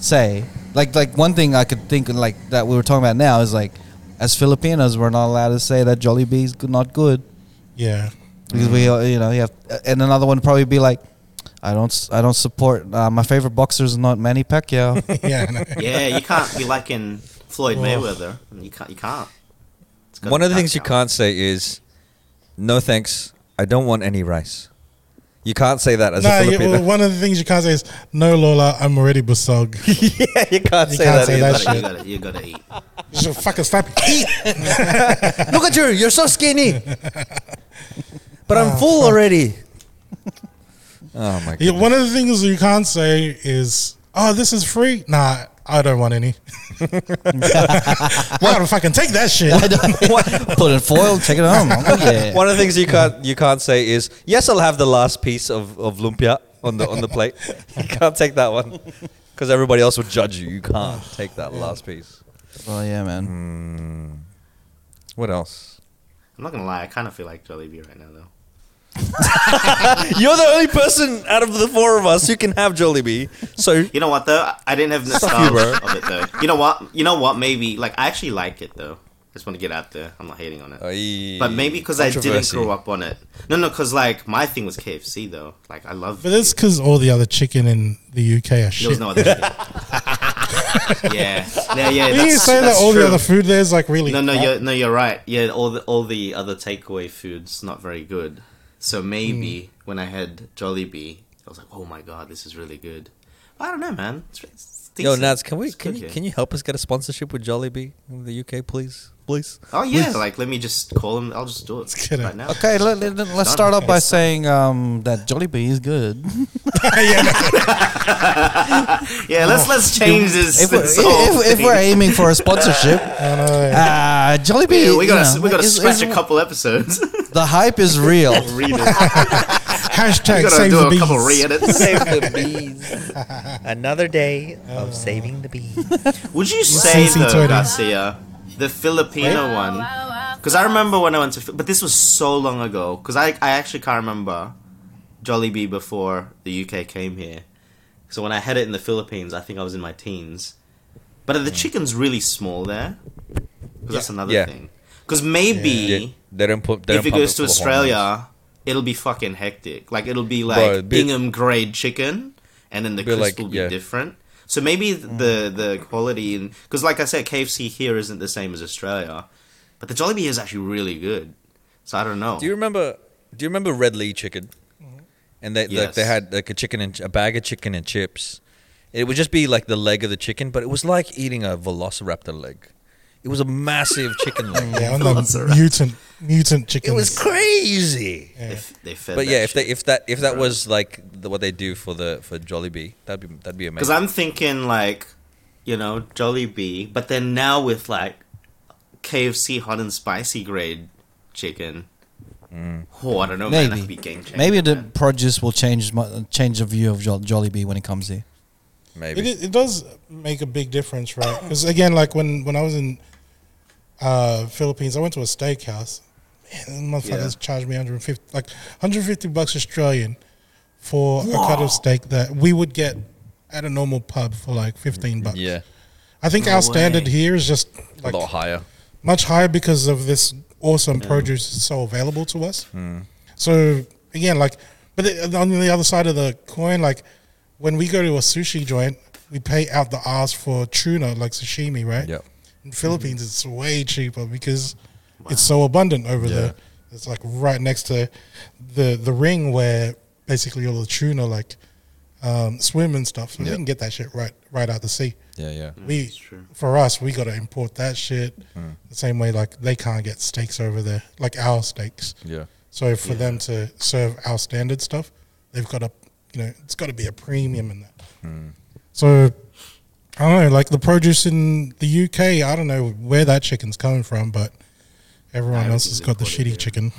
B: say? Like like one thing I could think like that we were talking about now is like as Filipinos we're not allowed to say that Jollibee's good- not good
C: Yeah. *laughs*
B: because we uh, you know you have and another one would probably be like I don't s- I don't support uh, my favorite boxer is not Manny
A: *laughs*
B: Pacquiao.
C: Yeah.
B: *laughs*
C: I know.
A: Yeah, you can't be liking Floyd
C: Oh.
A: Mayweather. You can't. You can't. It's gotta
D: One
A: be
D: of the things you
A: Pacquiao.
D: can't say is, "No thanks, I don't want any rice." You can't say that as
C: No,
D: a
C: you,
D: Filipino.
C: well, one of the things you can't say is no, Lola. I'm already
D: *laughs*
C: busog. *laughs*
D: yeah, you can't say that.
C: can't say
D: either.
C: that
A: Gotta- You
C: shit.
A: gotta, you gotta eat.
C: You should fucking stop eating.
D: Look at you, you're so skinny. But I'm full already. *laughs* Oh my
C: Yeah,
D: god.
C: one of the things you can't say is, "Oh, this is free." Nah, I don't want any. I gotta fucking take that shit.
B: Put in foil, take it home.
A: *laughs*
B: Yeah.
D: One of the things you can't you can't say is, "Yes, I'll have the last piece of, of lumpia on the on the plate." *laughs* You can't take that one because everybody else would judge you. You can't take that last piece.
B: Oh yeah, man.
A: Hmm.
D: What else?
A: I'm not gonna lie. I kind of feel like Jollibee right now, though.
D: *laughs* You're the only person out of the four of us who can have Jollibee. So
A: You know what though? I- I didn't have
D: bro.
A: nostalgia of it though. You know what? You know what? Maybe like I actually like it though. Just want to get out there. I'm not hating on it.
D: Oh,
A: But maybe because I didn't grow up on it. No, no, because like my thing was KFC though. Like I love.
C: But that's because all the other chicken in the UK are
A: There was
C: shit.
A: no other. chicken.
B: *laughs*
A: yeah, yeah, yeah.
C: Didn't you
A: that's-
C: say that
A: that's
C: all
A: true.
C: the other food there is like really?
A: No, no,
C: crap?
A: you're, no, you're right. Yeah, all the all the other takeaway foods not very good. So maybe
C: Hmm.
A: when I had Jollibee, I was like, oh my god, this is really good. I don't know, man. It's, it's
D: Yo,
A: decent.
D: Nats, can we
A: It's
D: can
A: good
D: you,
A: here.
D: can you help us get a sponsorship with Jollibee in the UK, please, please?
A: Oh yeah,
D: please?
A: like let me just call him. I'll just do it
C: get it.
A: right now.
B: Okay, let, let, us start off by saying um, that Jollibee is
A: *laughs*
B: good.
A: Yeah, let's let's change this.
B: If we're,
A: this whole
B: if, if we're
A: thing.
B: aiming for
A: *laughs*
B: a sponsorship,
C: I know.
B: uh, Jollibee.
A: Yeah, we
B: you
A: gotta
B: know,
A: we gotta
B: is-
A: scratch
B: is-
A: a couple episodes.
B: The hype is real.
A: *laughs* Read it. We
C: Hashtag
A: gotta
C: save the
A: do a
C: bees.
A: couple re-edits.
E: Save
D: *laughs*
E: the bees. Another day of saving the bees.
A: Would you say
C: CC
A: though,
C: Twitter.
A: Garcia, the Filipino one? Because I remember when I went to, Fi- but this was so long ago. Because I, I actually can't remember Jollibee before the UK came here. So when I had it in the Philippines, I think I was in my teens. But are the chicken's really small there? 'Cause that's another
D: Mm. Yeah.
A: thing. Because maybe
D: Yeah, they don't put. They
A: if
D: don't
A: it
D: pump
A: goes to
D: full of hormones.
A: Australia, it'll be fucking hectic. Like it'll be like
D: it'd be-
A: Ingham grade chicken, and then the
D: Be
A: crisp
D: like-
A: will be
D: yeah. Mm.
A: different. So maybe the the quality and because like I said, KFC here isn't the same as Australia, but the Jollibee is actually really good. So I don't know.
D: do you remember? Do you remember Red Lee chicken? And they like they
A: Mm-hmm. Yes.
D: had like a chicken and a bag of chicken and chips. It would just be like the leg of the chicken, but it was like eating a velociraptor leg. It was a massive
A: *laughs*
D: chicken leg.
C: Yeah, on the mutant mutant chickens.
D: It was crazy.
A: They f- they fed
D: But
A: that
D: yeah, if
A: shit.
D: they if that if that was like the, what they do for the for Jollibee, that'd be that'd be
A: Because
D: amazing.
A: I'm thinking like, you know, Jollibee, but then now with like KFC hot and spicy grade chicken.
D: Mm.
A: Oh, I don't know, man. That
B: Maybe.
A: could be game changer.
B: Maybe the
A: man.
B: produce will change mu- change the view of Joll- Jollibee when it comes here.
D: Maybe
C: It, i- it does make a big difference, right? Because again, like when when I was in uh, Philippines, I went to a steakhouse. Man, those motherfuckers charged me 150 like 150 bucks Australian for a cut of steak that we would get at a normal pub for like 15 bucks.
D: yeah,
C: I think
A: No
C: our standard
A: way.
C: here is just
D: a
C: like
D: lot
A: *laughs*
D: higher.
C: much higher because of this awesome produce that's so available to us. So again, like, but the- on the other side of the coin, like, when we go to a sushi joint, we pay out the ass for tuna, like sashimi, right?
D: Yeah.
C: In Philippines, it's way cheaper because it's so abundant over there. It's like right next to the the ring where basically all the tuna like um, swim and stuff. So We
D: Yeah.
C: can get that shit right right out the sea
D: Yeah, yeah.
C: we
A: Mm, That's true. Mm.
C: for us we got to import that shit the same way like they can't get steaks over there like our steaks
D: Yeah.
C: so for them to serve our standard stuff they've got to you know it's got to be a premium in that
A: Mm.
C: so i don't know like the produce in the uk i don't know where that chicken's coming from but everyone
A: don't
C: else
A: think
C: has
A: they
C: got the
A: import it
C: shitty
A: here. *laughs*
C: chicken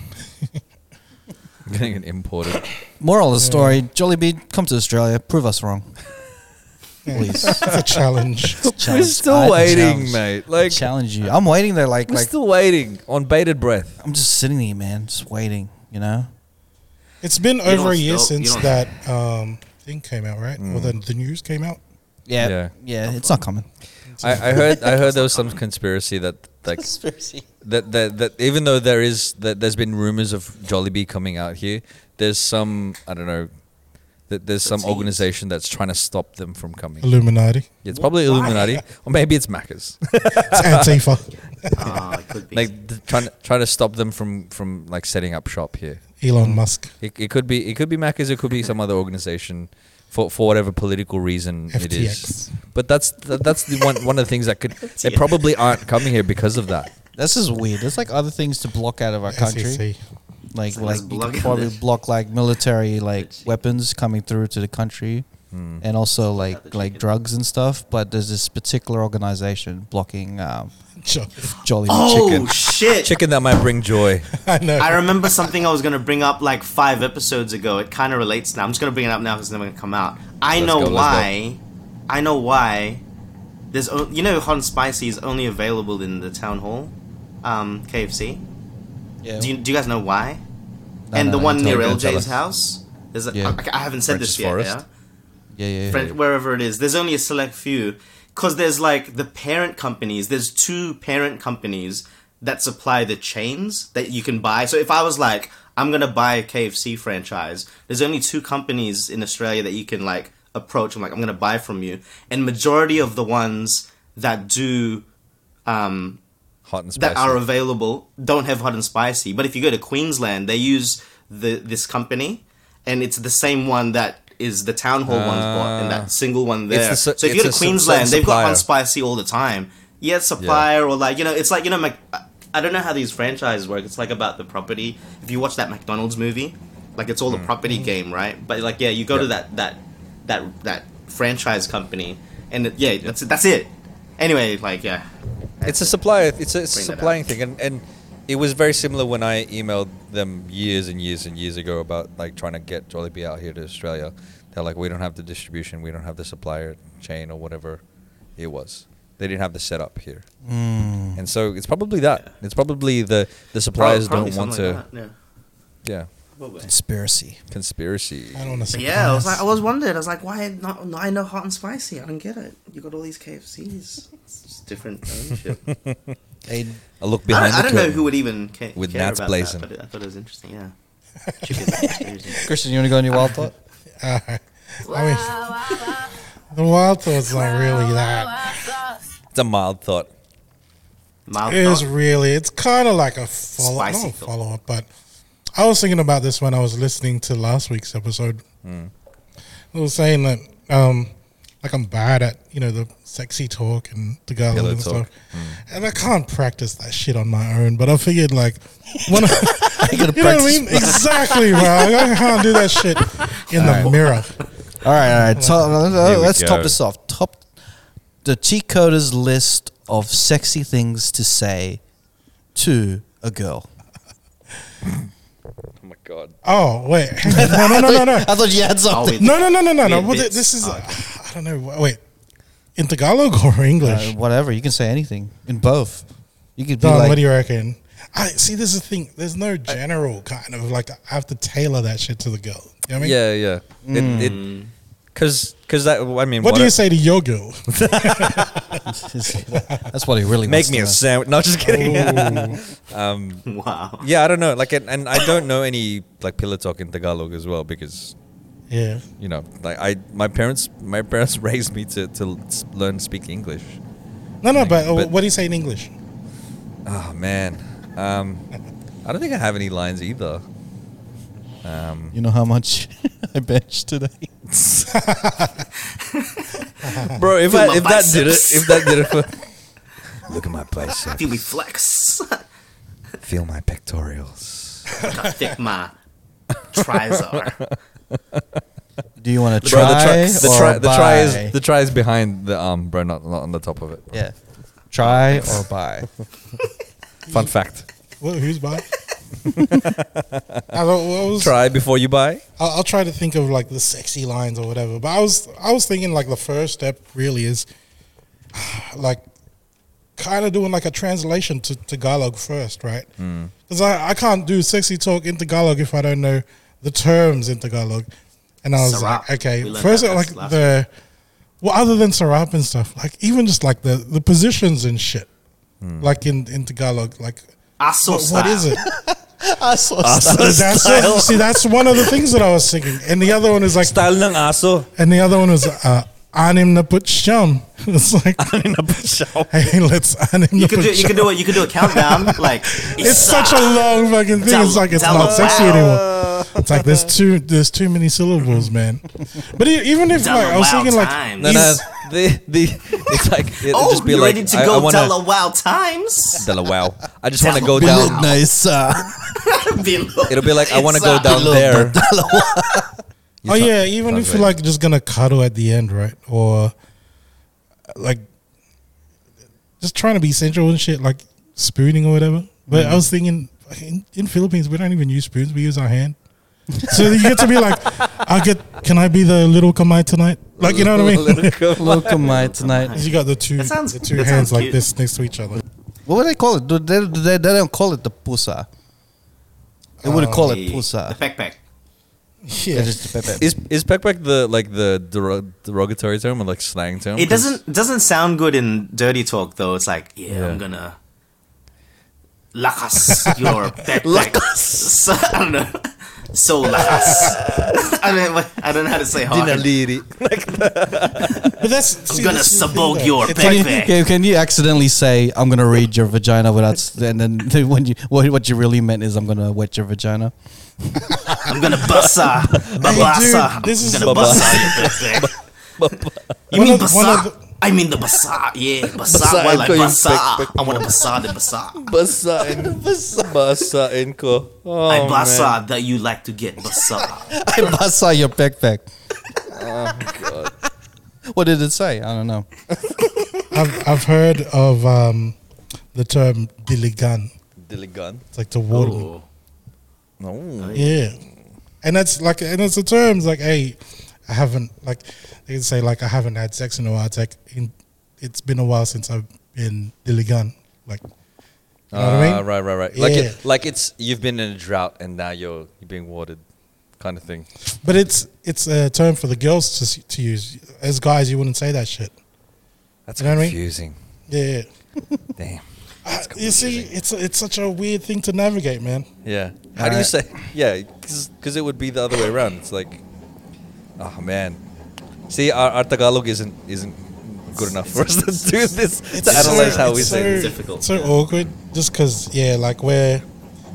D: Getting it imported.
B: Moral of the story: Jollibee, come to Australia, prove us wrong.
D: *laughs*
B: please.
C: It's a challenge.
D: We're
B: Challenge. I
D: still
B: have a
D: waiting,
B: challenge.
D: mate. Like
B: challenge you. I'm waiting there, like
D: we're
B: like
D: still waiting on bated breath.
B: I'm just sitting here, man, just waiting. You know,
C: It's been over a
A: don't
C: year
A: stop- you don't-
C: since
A: Mm.
C: that um, thing came out, right? Or the, the news came out.
B: yeah,
D: Yeah.
B: yeah, it's not coming.
D: I, I heard I heard there was some conspiracy that *laughs* like that, that that even though there is that there's been rumors of Jollibee coming out here, there's some I don't know that there's some
A: Fatigues.
D: organization that's trying to stop them from coming.
C: Illuminati.
A: *laughs*
D: It's probably Illuminati, or maybe it's *laughs* Macca's.
C: It's Antifa.
A: Oh, it could be.
D: like th- trying to, trying to stop them from from like setting up shop here.
C: Elon Musk.
D: It, it could be it could be Macca's, it could be some other organization for for whatever political reason it
C: FTX.
D: is. But that's th- that's the one one of the things
A: *laughs*
D: that could they probably aren't coming here because of that.
B: This is weird. There's like other things to block out of our country,
C: SEC.
B: like
A: So
B: like
A: let's
B: you
A: block
B: could probably
A: this.
B: block like
A: *laughs*
B: military like weapons coming through to the country,
D: Hmm.
B: and also like
A: the
B: like
A: chicken.
B: drugs and stuff. But there's this particular organization blocking um,
C: Sure. *laughs*
B: Jolly
A: oh
D: chicken.
A: shit!
D: Chicken that might bring joy.
C: I know.
A: I remember something I was gonna bring up like five episodes ago. It kind of relates now. I'm just gonna bring it up now because it's never gonna come out. I
D: Let's
A: know
D: go, let's go.
A: why. I know why. There's o- you know hot and spicy is only available in the town hall, um, KFC.
B: Yeah.
A: Do you, do you guys know why?
B: No,
A: and
B: no,
A: the
B: no,
A: one
B: tell
A: near
D: me, tell
A: LJ's
D: us.
A: house. There's a,
B: Yeah.
A: I, I haven't said
D: French's
A: this yet.
D: Forest.
A: Yeah?
B: yeah, yeah, yeah.
A: French, wherever it is. There's only a select few because there's like the parent companies. There's two parent companies that supply the chains that you can buy. So if I was like, I'm gonna buy a KFC franchise, there's only two companies in Australia that you can like approach. I'm like, I'm gonna buy from you, and majority of the ones that do um,
D: Hot and spicy.
A: *laughs* that are available don't have hot and spicy. But if you go to Queensland, they use the this company, and it's the same one that is the town hall one's bought and that single one there.
D: the su-
A: so if you
D: Ah. it's
A: go
D: a
A: to
D: su-
A: Queensland,
D: certain
A: they've got hot
D: supplier.
A: and spicy all the time. Yeah, it's supplier or like you know, it's like you know, Mac- I- I don't know how these franchises work. It's like about the property. If you watch that McDonald's movie, like it's all
D: Hmm.
A: a property game, right? But like yeah, you go to that that that that franchise company, and it, yeah, that's that's it. Anyway, like yeah,
D: it's a supplier. It's a, it's a
A: Bring that up.
D: supplying thing, and and it was very similar when I emailed them years and years and years ago about like trying to get Jollibee out here to Australia. They're like, we don't have the distribution, we don't have the supplier chain or whatever it was. They didn't have the setup here, and so it's probably that. It's probably the the suppliers
A: Probably
D: don't want
A: something
D: to.
A: like that, yeah.
D: Yeah,
A: Probably.
B: Conspiracy.
D: conspiracy.
C: I don't want to
A: Yeah, I was like, I was wondering. I was like, why not? no, I know hot and spicy. I don't get it. You got all these KFCs. It's just different
D: *laughs*
A: ownership. I
B: They
D: I look
A: don't,
D: behind.
A: I
D: the
A: don't know
D: curtain.
A: who would even ca-
D: With
A: care
D: gnats
A: about
D: blazing.
A: that, but I thought it was interesting. Yeah.
D: *laughs*
A: Chicken conspiracy.
B: Christian, you want to go on your wild thought?
C: I mean, *laughs* the wild thought's not really that.
D: It's a mild thought.
A: Mild
C: It is
A: thought.
C: really. It's kind of like a follow.
A: Spicy
C: Not a
A: thought.
C: follow up, but I was thinking about this when I was listening to last week's episode.
D: Hmm.
C: I was saying that, um, like I'm bad at you know the sexy talk and the girl
D: Pillow
C: and
D: talk. Hmm.
C: stuff, and I can't practice that shit on my own. But I figured like *laughs* when
B: *laughs*
C: I,
B: *laughs* I gotta
C: You know what I
B: practice.
C: mean? Exactly, bro. I can't do that shit
D: *laughs*
C: in the mirror.
B: All right, all right. So,
D: Here we
B: let's top
D: go.
B: this off. Top the cheat coders list of sexy things to say to a girl.
D: Oh my god.
C: Oh wait, hang on. no, no, no, no,
D: *laughs*
C: no,
B: I thought you had
A: Oh,
B: something.
A: wait.
C: no, no, no, no, no. no.
A: Weird
C: Well, th-
A: bits.
C: this is
A: Oh,
C: I don't know. Wait, in Tagalog or
B: Uh,
C: English?
B: whatever. You can say anything in both. You could be
C: Don, what
B: like, *laughs*
C: do you reckon? I see. This is the thing. There's no general kind of like I have to tailor that shit to the girl. You know what I mean? hmm.
D: Yeah, yeah. It, it, cause, cause that. I mean,
C: What do you
D: a-
C: say to
D: *laughs*
C: your girl?
B: that's what he really wants
D: Make
B: to
D: me
B: know.
D: a sandwich. No, just kidding.
C: Oh.
A: Wow.
D: *laughs* Yeah, I don't know. Like, and, and I don't know any like pillow talk in Tagalog as well because
C: yeah.
D: you know, like I my parents my parents *laughs* raised me to to s- learn to speak English.
C: No, no. But, uh,
D: But-
C: what do you say in English?
D: Oh man, um, I don't think I have any lines either.
B: You know how much *laughs* I benched today?
D: Bro, if
A: Feel
D: I,
A: my
D: if that did it,
A: biceps.
D: if that did it for *laughs* look at my bicep,
A: Feel me
C: *laughs*
A: flex.
D: feel my pectorials.
A: How thick my tries are.
B: Do you want to
D: Bro, the
B: try?
D: try, the
B: or
D: try, the try
B: buy?
D: is the try is behind the arm, bro, not, not on the top of it.
B: yeah. Try or buy.
D: Fun fact. *laughs*
C: What, who's by? I don't, what was,
D: Try before you buy.
C: I'll, I'll try to think of like the sexy lines or whatever. But I was I was thinking like the first step really is *sighs* like kind of doing like a translation to Tagalog first, right? Because I, I can't do sexy talk in Tagalog if I don't know the terms in Tagalog. And I
A: Sarap.
C: was like, okay,
A: We learned
C: first
A: that
C: like
A: last- last
C: the well, other than Sarap and stuff, like even just like the the positions and shit, like in in Tagalog, like
A: Aso
C: what, what is
B: *laughs*
C: it?
A: *laughs*
B: I saw
C: that's what, see, that's one of the things that I was thinking, and the other one is like,
D: Style ng *laughs* aso.
C: and the other one was uh, anim na put shum. *laughs* It's like, hey, let's anim
A: You
C: na
A: could do
C: put
A: you could
C: shum.
A: do a you could do a countdown
C: *laughs*
A: like
C: It's such a long fucking thing.
A: It's a-
C: It's like it's
A: it's a
C: not
A: long-
C: sexy
A: wow.
C: anymore. It's like there's too there's too many syllables, man. But e- even if
A: Tell
C: like
A: a
C: I was
A: wild
C: thinking
A: time.
D: No,
C: like,
D: no.
C: is-
D: The, the, it's like, it
A: Oh,
D: just be
A: you
D: like,
A: ready to
D: I,
A: go
D: I wanna,
A: tell a wild times? *laughs*
D: Della wow. I just want to
A: Della
D: go
A: wow.
D: down.
B: Nice. Uh,
D: It'll be like, I want to go
A: Inside. *laughs*
D: down there.
C: oh yeah, even
D: sounds
C: if you're
D: right.
C: like just gonna cuddle at the end, right? Or uh, like just trying to be sensual and shit, like spooning or whatever. But I was thinking in, in Philippines we don't even use spoons; we use our hand. So you get to be like, I get. Can I be the little kamai tonight? Like you know what I mean? *laughs*
B: Look at my tonight.
C: You got the two,
A: That sounds-
C: the two
A: that
C: hands
A: sounds
C: like
A: cute.
C: this next to each other.
B: What would they call it? Do they, do they, they don't call it the pusa. They wouldn't call it
A: The
B: pusa.
A: backpack.
C: Yeah.
B: It's just the pepe.
D: Is is backpack the like the derog- derogatory term or like slang term?
A: It doesn't doesn't sound good in dirty talk though. It's like, yeah,
D: Yeah.
A: I'm gonna lakas your backpack. So, *laughs* I don't know. So lakas. *laughs* I don't know- I don't know how to say hard. I'm
C: *laughs* But that's see,
A: gonna
C: that's the thing,
A: sabog
C: though.
A: your
C: It's like-
A: backpack.
B: Can, can you accidentally say I'm gonna read your vagina without, s- and then *laughs* the- when you what, what you really meant is I'm gonna wet your vagina. *laughs*
A: I'm gonna basa babasa.
C: this is
A: I'm gonna
D: babasa.
A: basa your backpack. You
C: One
A: mean
C: of the- one
A: basa?
C: of
A: I mean the basa. Yeah, basa.
D: Basa,
A: Why
D: I
A: like
D: call you
A: basa?
D: backpack
A: I want to basa the basa.
D: basahin. *laughs* basahin ko. Oh,
A: I basa that you like to get basa.
B: I bust out your backpack. What did it say? I don't know.
C: I've, I've heard of um, the term diligan.
D: Diligan.
C: It's like the water.
A: Oh.
D: No. Ah,
C: Yeah, and that's like, and it's the terms like, hey, I haven't like they can say like I haven't had sex in a while. It's like in, it's been a while since I've been diligan. Like, you know what I mean?
D: Right, right, right. Like
C: Yeah.
D: it, like it's you've been in a drought and now you're you're being watered, kind of thing.
C: But it's it's a term for the girls to s- to use. As guys, you wouldn't say that shit.
D: That's
C: You know what I mean?
D: confusing.
C: Yeah.
D: Damn.
C: Uh, you see, it's it's such a weird thing to navigate, man.
D: Yeah. How do you say? Yeah, because it would be the other way around. It's like, oh man. See, our, our Tagalog isn't isn't good enough for us to do this to analyze how we
C: it's
D: say
C: so-
D: this.
A: difficult,
C: it's So awkward, just because yeah, like we're,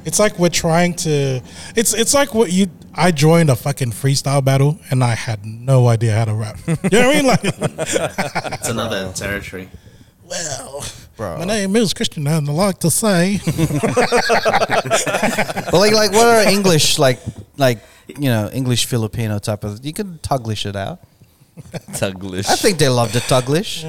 C: it's like we're trying to. It's it's like what you. I joined a fucking freestyle battle and I had no idea how to rap. *laughs* you know what I mean? Like,
A: It's another territory.
C: well, my name is Christian and I like to say, *laughs*
B: But like, like what are English like, like you know, English Filipino type of? You can tuglish it out.
D: Tuglish.
B: I think they love the tuglish.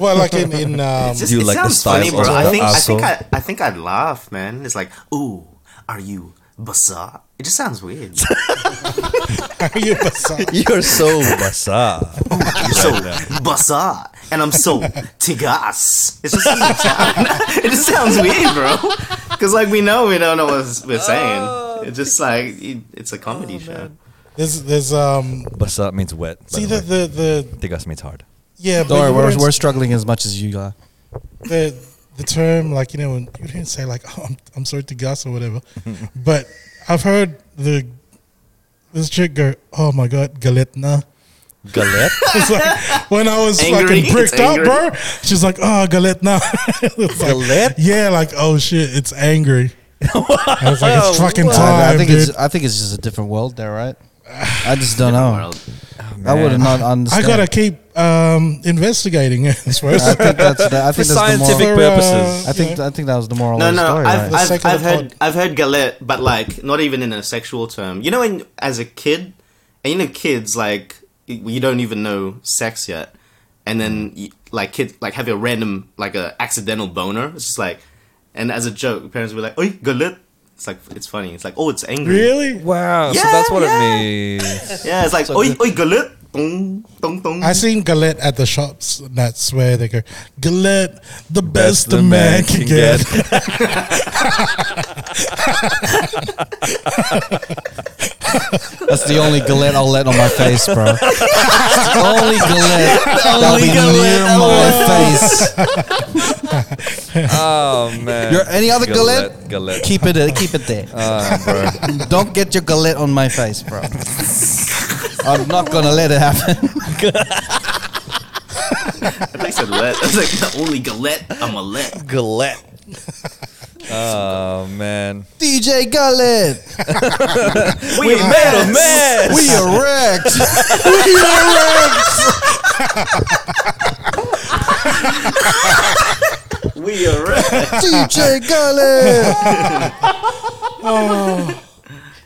C: well, like in in um, *laughs*
A: It's just,
D: Do you
A: it
D: like the
A: sounds
D: style
A: funny, bro.
D: of
A: I
D: the
A: think I think
D: asshole?
A: I, I think I'd laugh, man. It's like, ooh, are you basa? It just sounds weird.
D: *laughs*
C: are you
D: *laughs*
C: beside-
D: You're so basa. *laughs*
A: I'm so basa, and I'm so tigas. It just doesn't sound. *laughs* it just sounds weird, bro. Because like we know we don't know what we're saying. It's just like it, it's a comedy show.
C: there's there's um.
D: Basa means wet. by
C: See
D: the
C: the
D: way.
C: the the
D: Tigas means hard.
C: yeah. but
B: Don't worry,
C: you
B: we're,
C: wouldn't-
B: we're struggling as much as you are.
C: the the term like you know when you didn't say like oh, I'm I'm sorry to Gus or whatever, but I've heard the this chick go oh my god galetna.
D: Galet.
C: It's like when I was
A: Angry,
C: fucking pricked
A: it's
C: up,
A: angry.
C: bro. She's like oh galetna. *laughs* It's like,
D: Galit?
C: Yeah, like oh shit, it's angry. I was like it's fucking
B: I,
C: time,
B: think
C: dude.
B: it's I think it's just a different world there,
C: *sighs*
B: right? I just don't know.
A: World.
B: I would not
C: I
B: understand.
C: gotta keep um, investigating. *laughs* It's worse.
B: I think that's the, I
C: *laughs*
D: For
B: think that's the
D: scientific
B: moral.
C: For,
D: purposes.
C: uh,
B: I think I think that was the moral.
A: No,
B: of the
A: no,
B: story,
A: I've, *laughs*
B: right?
C: The
A: I've,
C: second
A: I've heard
C: pod.
A: I've heard galette, but like not even in a sexual term. You know, when as a kid, and you know, kids like y- you don't even know sex yet, and then you, like kids like have a random like a accidental boner. It's just like. And as a joke, parents were like, "Oi, galit." It's like it's funny. It's like, "Oh, it's angry."
C: Really?
D: Wow. so
A: Yeah,
D: that's what
A: yeah.
D: it means.
A: Yeah, it's like, "Oi, oi, galit." Dong, dong, dong.
C: I seen Galette at the shops. and That's where they go. Galette, the best, a
D: the
C: man can get.
B: That's the only Gillette I'll let on my
A: *laughs*
B: face, bro. It's the only Gillette that'll
A: only
B: be
A: Gillette
B: near
A: I'll *laughs*
B: my face.
D: *laughs* Oh man.
B: Your any other Gillette?
D: Galette.
B: Keep it, keep it there.
D: Ah, bro.
B: Don't get your Gillette on my face,
A: *laughs*
B: bro. I'm not gonna let it happen. *laughs*
A: I think I said let. I was like, *laughs* "The only galit, I'm a let."
E: Galette.
D: Oh man.
B: DJ Gillette,
A: We
D: a mess.
A: *laughs*
B: we erect. We erect.
A: We are right.
B: DJ Gillette. *laughs*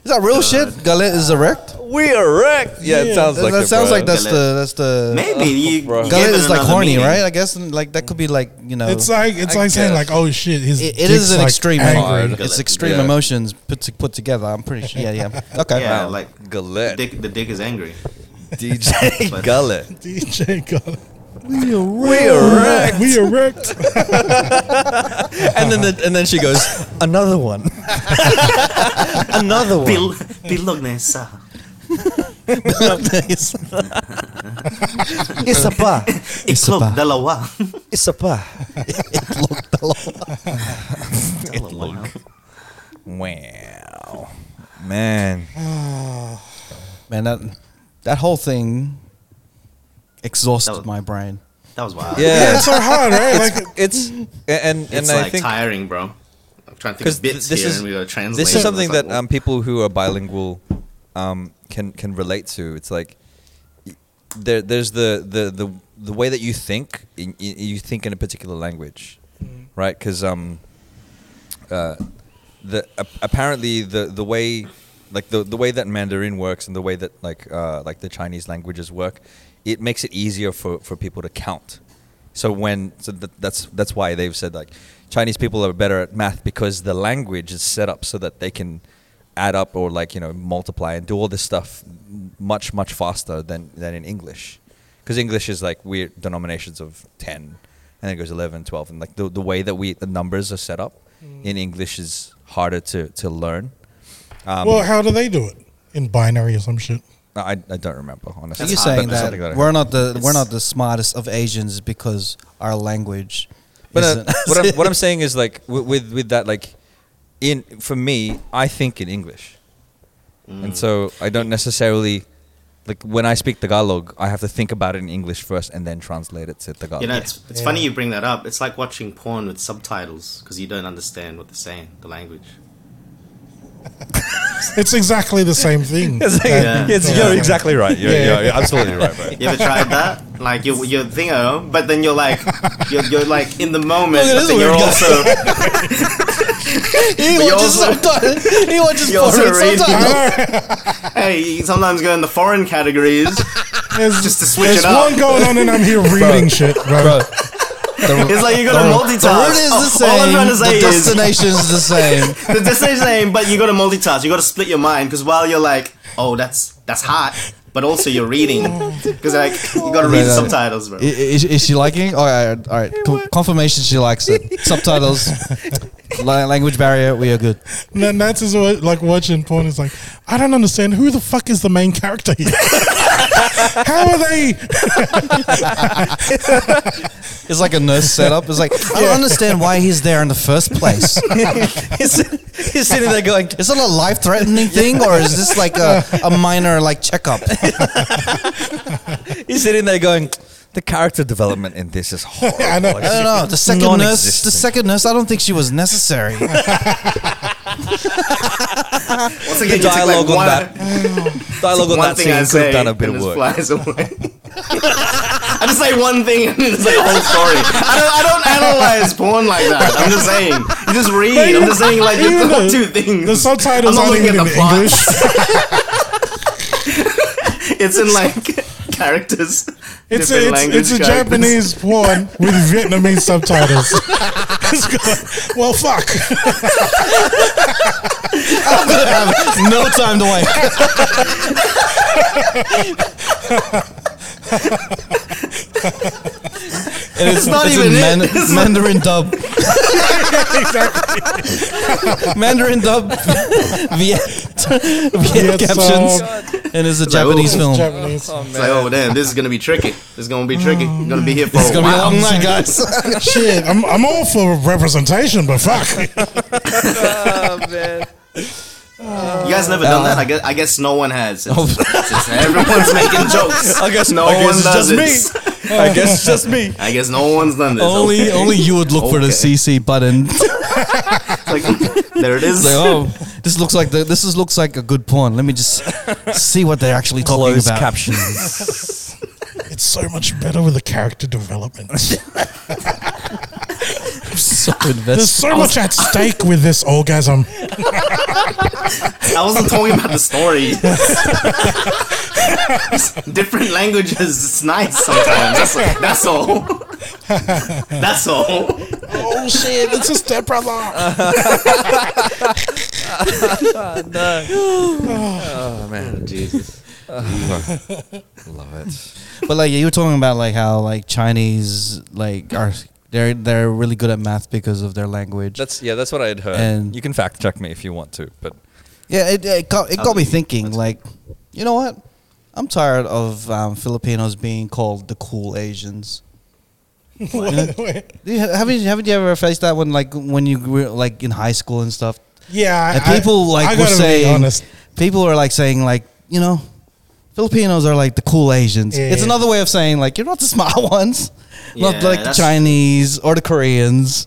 B: Is that real shit? Gillette is erect.
D: We are wrecked. Yeah, it sounds like
B: that
D: it,
B: sounds
D: bro.
B: like that's the that's the
A: Maybe you.
D: bro.
A: you
B: Gullet
A: gave it
B: is like
A: another
B: horny,
A: meaning.
B: right? I guess and, like that could be like you know,
C: It's like it's
D: I
C: like saying
D: guess.
C: like, oh shit, his
B: it, it is
C: dick's,
B: an
C: like
B: extreme.
C: angry. *laughs*
D: Hard.
B: It's extreme
D: Yeah.
B: emotions put to, put together. I'm pretty sure. Yeah, yeah. Okay.
A: Yeah,
D: Wow.
A: like
D: Galette. *laughs*
A: dick, the dick is angry.
D: DJ
A: But-
D: Gullet.
C: DJ Galette.
D: We are wrecked.
C: We erect.
D: And then the, and then she goes, another
B: *laughs*
D: one. another one.
A: Pil, *laughs* pilog na isa.
D: *laughs*
B: it's
E: It's a pa.
A: Iklog dalawa. *laughs*
E: It's a
B: *laughs*
E: pa.
A: Dalawa.
D: Wow. Man.
B: man, that that whole thing exhausted
A: That was-
B: my brain.
A: That was wild.
C: Yeah,
D: Yeah.
C: it's so hard, right? Like
D: It's and and,
A: It's
D: I
A: like
D: think
A: tiring, bro. I'm trying to think
D: 'Cause
A: of bits
D: this
A: here,
D: is-
A: and we gotta translate. it.
D: this is
A: It's
D: something
A: like,
D: that um, people who are bilingual um, can can relate to. It's like y- there there's the the the, the way that you think in, y- you think in a particular language, right? Because um, uh, the ap- apparently the the way like the the way that Mandarin works and the way that like uh, like the Chinese languages work, it makes it easier for, for people to count. So when so that, that's that's why they've said like Chinese people are better at math because the language is set up so that they can add up or like you know multiply and do all this stuff much much faster than than in English because English is like weird denominations of 10 and then it goes 11 12 and like the, the way that we the numbers are set up in English is harder to, to learn um,
C: Well, how do they do it? In binary or some shit.
D: I, I don't remember honestly
B: So you're
A: That's
B: saying
A: hard.
B: that,
D: Something that I
B: we're not the we're
A: It's-
B: not the smartest of Asians because our language.
D: But
B: isn't-
D: *laughs* uh, what, I'm, what
B: *laughs*
D: I'm saying is like with, with with that like in for me I think in English, and so I don't necessarily like when I speak Tagalog I have to think about it in English first and then translate it to Tagalog.
A: you know, it's, it's funny you bring that up. It's like watching porn with subtitles because you don't understand what they're saying, the language.
C: It's exactly the same thing.
D: *laughs* It's like-
A: Yeah.
D: it's- you're exactly right. You're,
C: Yeah.
D: you're- you're absolutely right, *laughs* bro.
A: You ever tried that? Like you're you're thingo, but then you're like you're, you're like in the moment,
B: Look at
A: but
B: this
A: then you're
B: weird guy.
A: also
B: he
A: but you
B: watches
A: also-
B: sometimes. He
A: *laughs*
B: watches
A: you also
B: porn
A: read-
B: sometimes.
A: hey, you sometimes go in the foreign categories.
C: There's,
A: Just to switch
C: there's
A: it up.
C: one going on, and I'm here reading shit, bro.
A: It's like you gotta multitask.
B: The route is the
A: *laughs* All I'm
B: same.
A: trying to say
B: The
A: is
B: destination is the
A: *laughs*
B: same.
A: the destination is the same, but you gotta multitask. You gotta split your mind because while you're like, oh, that's that's hot, but also you're
C: *laughs*
A: reading because like you gotta read
B: Yeah, yeah.
A: subtitles, bro.
B: I- Is, is she liking? it? All right, all right. Con- confirmation she likes
A: *laughs*
B: it. Subtitles, la- language barrier. We are good.
C: And that's is what, like watching porn. It's like I don't understand who the fuck is the main character here. *laughs* how are they?
B: It's like a nurse setup. It's like I don't understand why he's there in the first place.
D: *laughs* he's, he's sitting there going,
B: Is it a life-threatening thing, or is this like a, a minor like checkup?
D: he's sitting there going. The character development in this *laughs* is horrible.
C: I know.
B: I don't know. The second nurse, the
D: Non-existent.
B: second nurse. I don't think she was necessary. *laughs*
A: Once
D: The
A: again, you take, like,
D: dialogue
A: one-
D: on that *laughs* dialogue on
A: one
D: that
A: thing I
D: scene could
A: say,
D: have done a bit
A: and
D: of
A: it
D: work.
A: flies away. *laughs* I just say one thing and it's like a whole story. I don't, I don't analyze porn like that. I'm just saying. You just read. I'm just saying like you
C: Even
A: put *laughs*
C: the-
A: two things.
C: The subtitles
A: I'm not
C: aren't
A: looking
C: even in
A: at the plot.
C: English.
A: *laughs* It's in like characters.
C: It's a,
A: Different
C: it's,
A: language
C: it's a
A: characters.
C: Japanese porn with Vietnamese subtitles. *laughs* It's got- well, fuck.
B: no time to *laughs* wait. and it's
A: not
B: it's
A: even
B: in
A: it.
B: Man- Mandarin *laughs* dub.
C: exactly.
B: Mandarin dub. Viet, *laughs* Viet *laughs*
C: Viet
B: captions.
C: sub.
B: And it's a
A: like, oh,
B: Japanese film.
C: Japanese. *laughs*
A: It's like, oh damn, this is gonna be tricky. This is gonna be tricky.
B: Oh,
A: You're gonna be here for
B: It's
A: a
B: gonna be a
A: while.
B: long night, guys.
C: Shit, I'm, I'm all for representation, but fuck.
A: you guys never done
B: Uh,
A: that? I guess I guess no one has.
B: oh.
A: It's- it's just everyone's making
B: *laughs*
A: jokes.
D: I guess-
A: no
D: I guess
A: one
D: it's
A: does
D: just
A: it.
D: I guess it's just *laughs* me.
A: I guess no one's done this.
B: *laughs* only,
A: Okay.
B: only you would look for the
A: Okay.
B: CC button. It's like,
A: Like, there it is.
B: oh, this looks like the, this is, looks like a good porn. Let me just see what they're actually talking
D: Closed
B: about. *laughs*
D: captions.
C: It's so much better with the character
B: *laughs*
C: development.
B: So
C: There's
B: invested.
C: so much at stake with this orgasm.
A: I wasn't talking about the story. *laughs* Different languages. It's nice sometimes. That's, that's all. *laughs* That's all.
C: Oh shit, it's a stepbrother.
D: Oh man,
A: Jesus.
D: love it.
B: But like you were talking about like how like Chinese like are they're they're really good at math because of their language.
D: That's yeah, that's what I had heard.
B: And-
D: you can fact check me if you want to, but
B: yeah, it, it got it got me thinking. Like, you know what? I'm tired of um, Filipinos being called the cool Asians.
C: Wait, wait.
B: Do you- haven't you, haven't you ever faced that when like when you were like in high school and stuff?
C: *laughs* Yeah,
B: And people like were
C: gotta be
B: saying, *laughs*
C: honest.
B: people are like saying like you know, Filipinos are like the cool Asians.
C: Yeah,
B: it's
C: yeah.
B: another way of saying like you're not the *laughs* smart ones, not
A: Yeah,
B: like the
A: that's-
B: Chinese or the Koreans.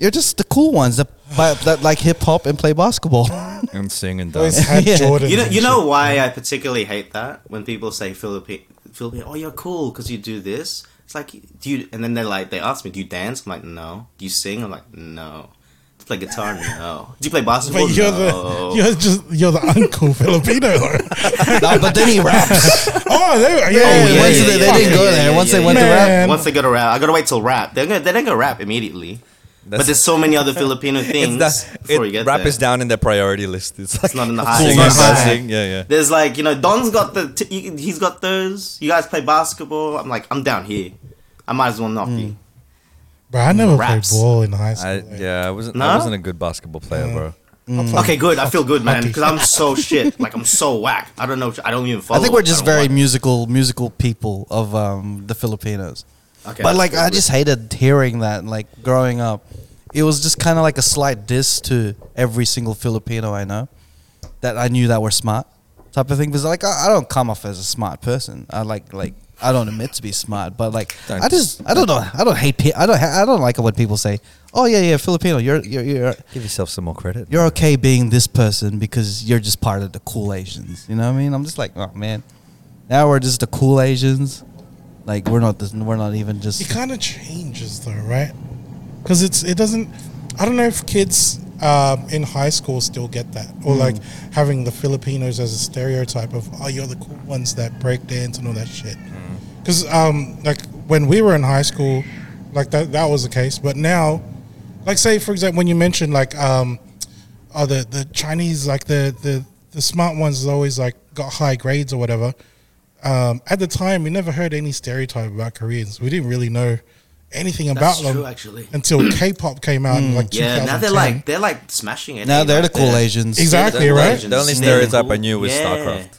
B: You're just the cool ones that that, that like hip hop and play
C: *laughs*
B: basketball.
D: and sing and
A: *laughs*
C: Always
D: dance.
C: had
B: Yeah.
C: Jordan.
A: You know, you
C: and
A: know why I particularly hate that when people say Philippine, Philippine. Oh, you're cool because you do this. It's like, do you? And then they like they ask me, do you dance? I'm like, no. Do you sing? I'm like, no. Do you play
D: *laughs*
A: guitar? No. Do you play
C: shit.
A: basketball?
C: But you're
A: no.
C: the you're just you're the uncle
A: *laughs*
C: Filipino.
B: no, but then he raps.
C: oh, there, *laughs*
B: Oh,
C: yeah, yeah,
B: once
C: yeah.
B: they, they didn't go
A: yeah,
B: there.
A: yeah,
B: once
A: yeah,
B: they went
C: yeah.
B: to rap,
C: Man.
A: Once they go to rap, I gotta wait till rap. They're gonna, they don't go rap immediately. but
D: That's-
A: there's so many other Filipino
D: *laughs* It's
A: things
D: that-
A: before we
D: it-
A: get
D: rap
A: there.
D: is down in their priority list. It's, like
A: not in the
D: *laughs* cool
A: high- it's
D: dance,
A: not high.
D: sing, Yeah, yeah.
A: There's like you know, Don's got the t- he's got those. You guys play basketball. I'm like, I'm down here. I might as well not be.
C: Bro, I never
A: Raps.
C: played ball in high school. Mm.
D: I,
C: like.
D: yeah, I wasn't. I
A: No?
D: wasn't a good basketball player, bro.
A: Okay, good. I feel good, man,
C: Hockey.
A: because I'm so shit. Like I'm so whack. I don't know. I don't even follow.
B: I think we're
A: it.
B: just
A: I don't
B: very
A: want-
B: musical musical people of um, the Filipinos.
A: Okay,
B: but
A: that's
B: like
A: good.
B: I just hated hearing that like growing up. It was just kind of like a slight diss to every single Filipino I know that I knew that were smart type of thing because like I, I don't come off as a smart person. I like like I don't admit to be smart, but like
D: Don't-
B: I just I don't know. I don't hate pe- I don't ha- I don't like it when people say, "Oh yeah, yeah, Filipino, you're you're you're
D: Give yourself some more credit.
B: you're okay being this person because you're just part of the cool Asians." You know what I mean? I'm just like, "Oh man. Now we're just the cool Asians." Like we're not this, we're not even just
C: *laughs* It kind of changes though, right? Because it's it doesn't. I don't know if kids um, in high school still get that, or like having the Filipinos as a stereotype of oh, you're the cool ones that break dance and all that shit. Because um, like when we were in high school, like that that was the case. But now, like say for example, when you mentioned like um, oh the the Chinese like the the the smart ones is always like got high grades or whatever um, at the time, we never heard any stereotype about Koreans. We didn't really know anything
A: That's
C: about them
A: true, actually. *clears throat*
C: until K-pop came out in like 2010.
A: Yeah, now they're like they're like smashing it.
B: Now
A: Hey,
B: they're
A: like,
B: the cool Asians.
C: exactly
A: they're
C: right.
A: Asians.
D: The only
A: Yeah.
D: stereotype I knew was
A: Yeah. Mm.
D: StarCraft.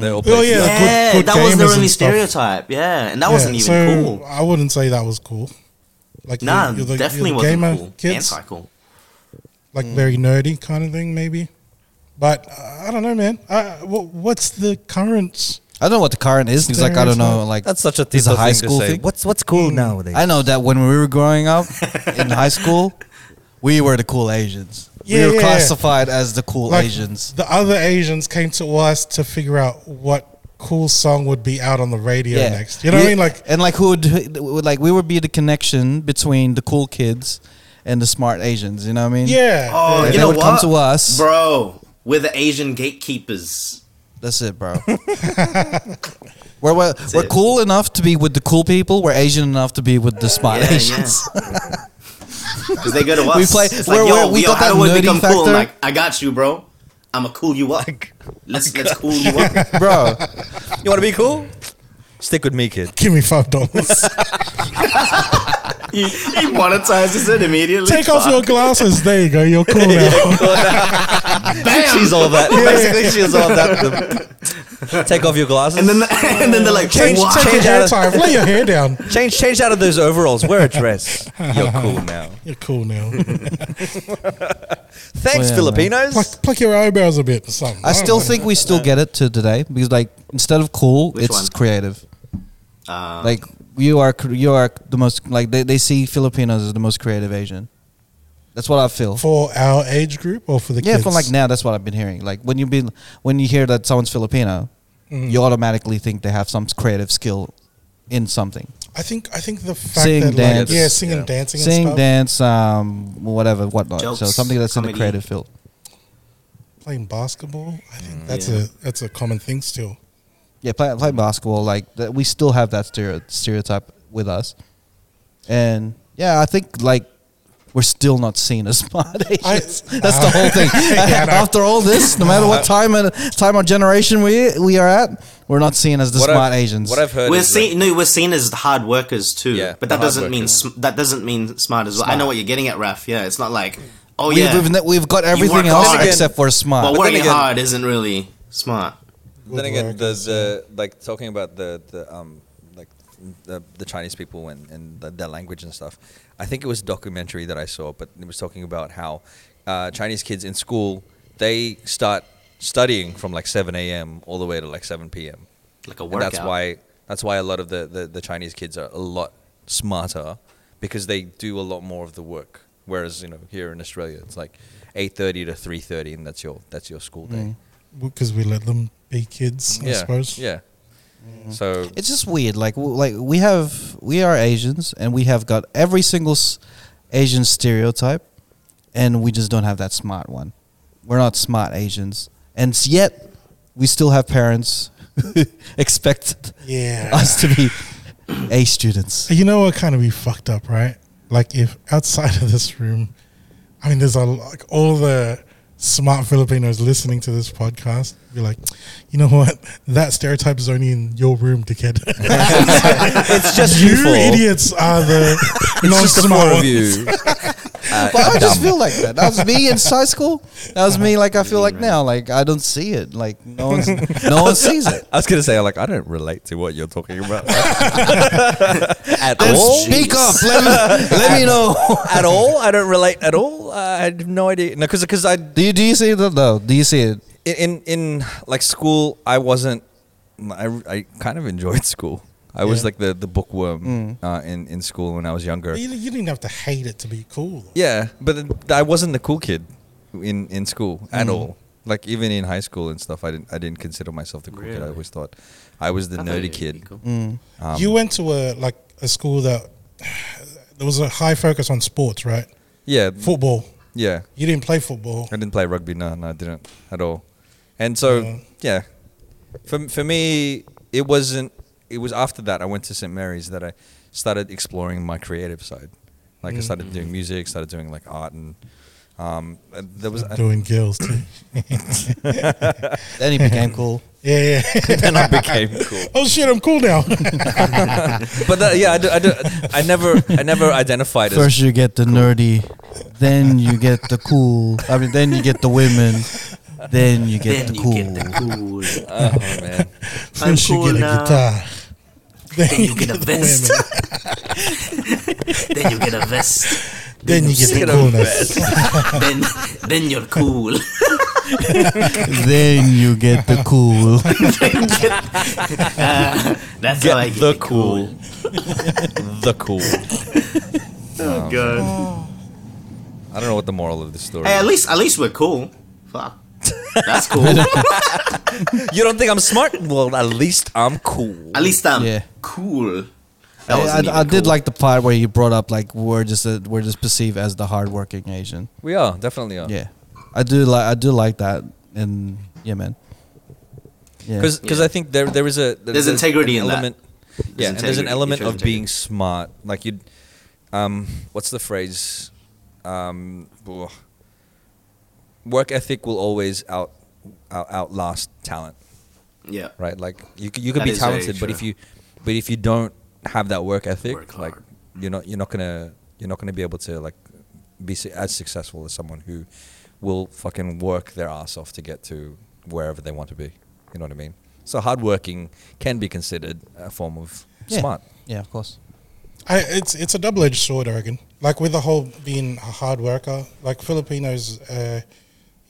D: They all
C: Oh
D: played-
C: yeah,
A: Yeah,
C: good, good
A: that was
C: gamers
A: their
C: and
A: only
C: stuff.
A: stereotype. Yeah, and that
C: Yeah,
A: wasn't even
C: so
A: cool.
C: I wouldn't say that was cool. Like you're-
A: Nah,
C: you're the- you're
A: definitely
C: the
A: wasn't
C: gamer
A: cool.
C: Kids,
A: Anti-cool.
C: like very nerdy kind of thing, maybe. But uh, I don't know, man. Uh, what, what's the current?
B: I don't know what the current is. He's like, I don't know.
C: Stereotype.
B: Like
D: That's such a
B: it's
D: Tito
B: a high
D: thing to
B: school
D: say. Mm.
B: thing.
D: What's what's cool nowadays?
B: I know that when we were growing up
C: *laughs*
B: in high school, we were the cool Asians.
C: Yeah,
B: we were
C: yeah, yeah.
B: classified as the cool
C: Like
B: Asians.
C: the other Asians came to us to figure out what cool song would be out on the radio
B: Yeah,
C: next. You know what
B: We-
C: I mean? Like
B: and like who would would, like we would be the connection between the cool kids and the smart Asians. You know what I mean?
C: Yeah.
A: Oh,
B: They
A: you know
B: would
A: what?
B: come to us.
C: *laughs*
A: bro. We're the Asian gatekeepers.
B: that's it, bro. We're we're, we're
A: it.
B: cool enough to be with the cool people. We're Asian enough to be with the smart
A: Yeah,
B: Asians. *laughs*
A: *laughs* Because they go to us.
B: We play-
A: It's
B: we're-
A: like, yo,
B: we're- we
A: yo,
B: got
A: how
B: that
A: do I
B: nerdy
A: become cool?
B: factor.
A: I'm like, I got you, bro. I'ma cool you up. Let's let's cool you
B: *laughs*
A: up.
B: Bro,
D: You want to be cool? Stick with me,
A: *laughs*
D: kid.
C: Give me five dollars.
A: He, he monetizes it immediately.
C: Take off your glasses. There you go. You're cool now.
A: Bam!
D: She's all that. Basically, she's all that.
A: *laughs*
D: Take off your glasses.
A: and then *laughs* and then they're like,
C: Change,
A: "What?"
C: take your
D: Change
C: hair
D: out of-
C: time. Lay your hair down.
D: change, change out of those overalls. Wear a dress. You're cool now.
C: You're cool now.
D: Thanks,
B: Well, yeah,
D: Filipinos.
C: pluck, pluck your eyebrows a bit or something.
B: I
A: Oh,
C: don't
B: still
C: know.
B: think we still get it to today because like instead of cool,
A: Which
B: it's
A: one?
B: creative.
A: Um,
B: Like you are cr- you are the most like they, they see Filipinos as the most creative Asian. That's what I feel.
C: for our age group or for the
B: yeah,
C: kids.
B: from like now, that's what I've been hearing. Like when you be when you hear that someone's Filipino,
C: Mm-hmm.
B: you automatically think they have some creative skill in something.
C: I think I think the fact
B: Sing,
C: that
B: dance.
C: like yeah, singing,
D: Yeah.
C: dancing, and
B: Sing,
C: stuff,
B: dance, um, whatever, whatnot. so
A: Jokes,
B: something that's in the
A: comedy.
B: creative field.
C: playing basketball. I
D: Mm,
C: think that's
A: yeah.
C: a that's a common thing still.
B: Yeah, play,
C: Mm-hmm.
B: play basketball. Like that, we still have that stereo, stereotype with us, and yeah, I think like we're still not seen as *laughs* smart
C: I-
B: Asians. That's the whole
C: *laughs*
B: thing. After all this, no matter
C: Uh-huh.
B: what time and time or generation we we are at, we're not seen as the
D: What I've-
B: smart Asians.
D: What I've heard.
A: we're
D: is that-
A: seen no, we're seen as the hard workers too.
D: Yeah,
A: but that
D: the hard
A: doesn't mean
D: workers.
A: sm- that doesn't mean smart as well. I know what you're getting at, Raf. Yeah, it's not like, oh
B: We've,
A: yeah,
B: we've, we've got everything
A: work
B: else
A: hard.
B: except for smart.
A: well,
D: then
A: working
D: again-
A: hard isn't really smart.
D: then
C: Good
D: again, uh,
C: work.
D: the, the like talking about the the um like the, the Chinese people and and the, their language and stuff. I think it was a documentary that I saw, but it was talking about how uh, Chinese kids in school they start studying from like 7 a.m. all the way to like 7 p.m.
A: Like a
D: And
A: workout.
D: that's why that's why a lot of the, the, the Chinese kids are a lot smarter because they do a lot more of the work. Whereas you know here in Australia, it's like 8:30 to 3:30, and that's your that's your school day.
C: because we let them be kids, I
D: yeah,
C: suppose.
D: Yeah. So
B: It's just weird. Like w- like we have we are Asians and we have got every single s- Asian stereotype, and we just don't have that smart one. We're not smart Asians, and s- yet we still have parents *laughs* who expect
C: Yeah.
B: us to be A students.
C: You know what kind of be fucked up, right? Like if outside of this room, I mean, there's a like all the smart Filipinos listening to this podcast be like, you know what? *laughs* That stereotype is only in your room,
D: *laughs*
C: dickhead. *laughs*
D: it's just
C: you idiots are
D: *laughs*
C: the non-smart
D: Four of
C: ones.
D: you. Uh,
B: But I just
D: dumb.
B: feel like that. That was me in high school. That was me. Like I feel like now. Like I don't see it. Like no one's no one sees *laughs* it.
D: I was gonna say like I don't relate to what you're talking about *laughs* at
B: Then
D: all.
B: speak up. Let me let me know.
D: at all, I don't relate at all. Uh, I have no idea. No, because because
B: *laughs*
D: I
B: Do you do you see that though? Do you see it?
D: in in like school i wasn't i, I kind of enjoyed *laughs* school i was
C: Yeah.
D: like the the bookworm uh, in in school when i was younger
C: You, you didn't have to hate it to be cool. though.
D: yeah but th- i wasn't the cool kid in in school at all like even in high school and stuff i didn't i didn't consider myself the cool kid i
A: Really?
D: always thought i was
A: I
D: the
A: thought
D: nerdy
A: you'd be
D: kid
A: cool.
D: um,
C: you went to a like a school that *sighs* there was a high focus on sports, right?
D: yeah
C: Football.
D: yeah
C: You didn't play
D: *laughs*
C: football.
D: I didn't play rugby. No, no, I didn't at all. And so,
A: Mm.
C: No.
D: yeah, for for me, it wasn't. It was after that I went to St Mary's that I started exploring my creative side. Like I started doing
A: Mm.
D: music, started doing like art, and um, uh, there was I,
C: Doing
D: *laughs*
C: girls too.
B: Then he
A: *laughs*
B: became cool.
C: Yeah, yeah. *laughs*
D: then I became cool.
C: oh shit, I'm cool now.
D: But that, yeah, I, do, I, do, I never I never identified
B: First you get the nerdy, then you get the cool. I mean, then you get the women, then you
A: Then
B: get the
A: you
B: cool.
A: get the cool.
D: as oh man.
A: I'm
C: First you
A: cool
C: get a
A: now.
C: guitar.
A: Then you get a
C: the
A: vest. *laughs*
C: women.
A: then you get a vest.
C: Then you get
A: Get
C: the
A: a
C: coolness.
A: then then you're cool. *laughs*
B: then you get the cool.
A: Uh, that's how I
D: Get
A: get
D: the cool, the cool.
A: Oh, God.
D: I don't know what the moral of the story.
A: Hey, at
D: is.
A: least at least we're cool. Fuck. That's
C: *laughs*
A: cool. at
D: You don't think I'm smart? Well, at least I'm cool.
A: least I'm
B: Yeah.
A: cool. *laughs* That
B: I,
A: wasn't
B: I, I
A: even
B: did
A: cool.
B: like the part where you brought up like we're just a, we're just perceived as the hardworking Asian.
D: We
A: Oh.
D: are definitely are.
B: Yeah, I do like I do like that. And yeah, man. Yeah.
D: because
A: Yeah.
D: I think there there is a
A: There's integrity in that.
D: element, Yeah, and there's an
A: integrity.
D: element
A: It shows
D: of being
A: integrity.
D: smart. Like you, um, what's the phrase? Um, oh. work ethic will always out, out outlast talent,
A: Yeah.
D: right? Like you c- you could
A: That
D: be
A: is very
D: talented, but
A: true.
D: if you but if you don't have that work ethic,
A: Work
D: like
A: hard.
D: you're not you're not gonna you're not gonna be able to like be su- as successful as someone who will fucking work their ass off to get to wherever they want to be. You know what I mean? So hardworking can be considered a form of
B: Yeah.
D: smart.
B: Yeah, of course.
C: *laughs* I, it's it's a double edged sword, I reckon. Like with the whole being a hard worker, like Filipinos, uh,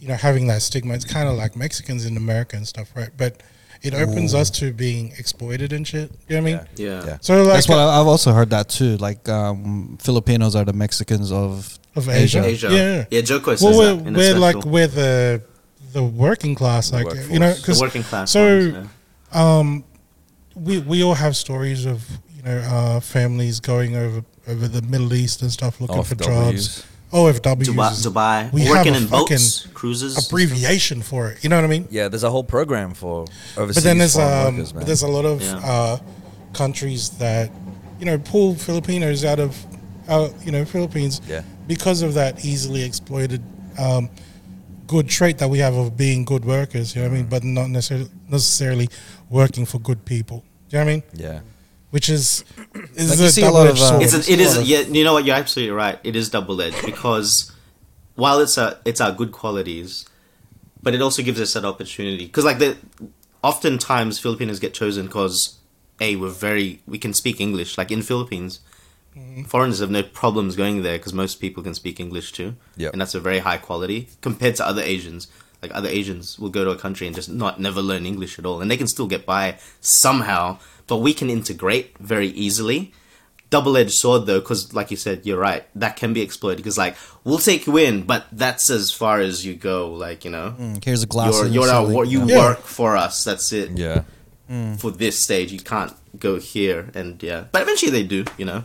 C: you know, having that stigma. It's kind of like Mexicans in America and stuff, right? But it opens us to being exploited and shit. You know what I mean?
D: Yeah.
A: Yeah.
D: Yeah.
C: So like
B: That's what I, I've also heard that too. Like um, Filipinos are the Mexicans of
C: of Asia.
A: Asia.
C: Yeah.
A: Yeah. Joko says
C: Well,
A: that.
C: we're,
A: in
C: we're
A: his
C: like
A: special.
C: we're the the working class,
D: The
C: like you know,
D: workforce.
A: the
D: The
C: because
A: working class.
C: so-
A: ones, yeah.
C: um, we we all have stories of you know uh, families going over over the Middle East and stuff looking for jobs.
D: OFWs.
C: OFWs,
A: Dubai,
C: is
A: Dubai.
C: We
A: working
C: have
A: in
C: a
A: boats, cruises.
C: abbreviation for it. You know what I mean?
D: Yeah, there's a whole program for overseas
C: But then there's
D: foreign
C: um,
D: workers, man.
C: but there's a lot of
A: Yeah.
C: uh, countries that you know pull Filipinos out of out, you know Philippines
D: Yeah.
C: because of that easily exploited um, good trait that we have of being good workers. You know what I
D: Mm.
C: mean? But not necessarily necessarily working for good people. Do you know what I mean?
D: yeah.
C: Which is is
B: Like,
C: a
B: you see a lot of,
C: double-edged
B: uh,
C: sword.
A: It's
B: a-
A: an, it is.
B: Sort of.
A: Yeah, you know what? You're absolutely right. It is double edged because while it's a it's our good qualities, but it also gives us that opportunity because like the oftentimes Filipinos get chosen because a we're very we can speak English. Like in Philippines, foreigners have no problems going there because most people can speak English too,
D: Yep.
A: and that's a very high quality compared to other Asians. Like other Asians will go to a country and just not never learn English at all, and they can still get by somehow. But we can integrate very easily double-edged sword though because like you said you're right that can be exploited because like we'll take you in but that's as far as you go like you know
B: here's a glass.
A: you're,
B: of
A: you're our,
B: something.
A: wor- you
C: Yeah.
A: work for us that's it
D: Yeah.
A: for this stage you can't go here and yeah but eventually they do you know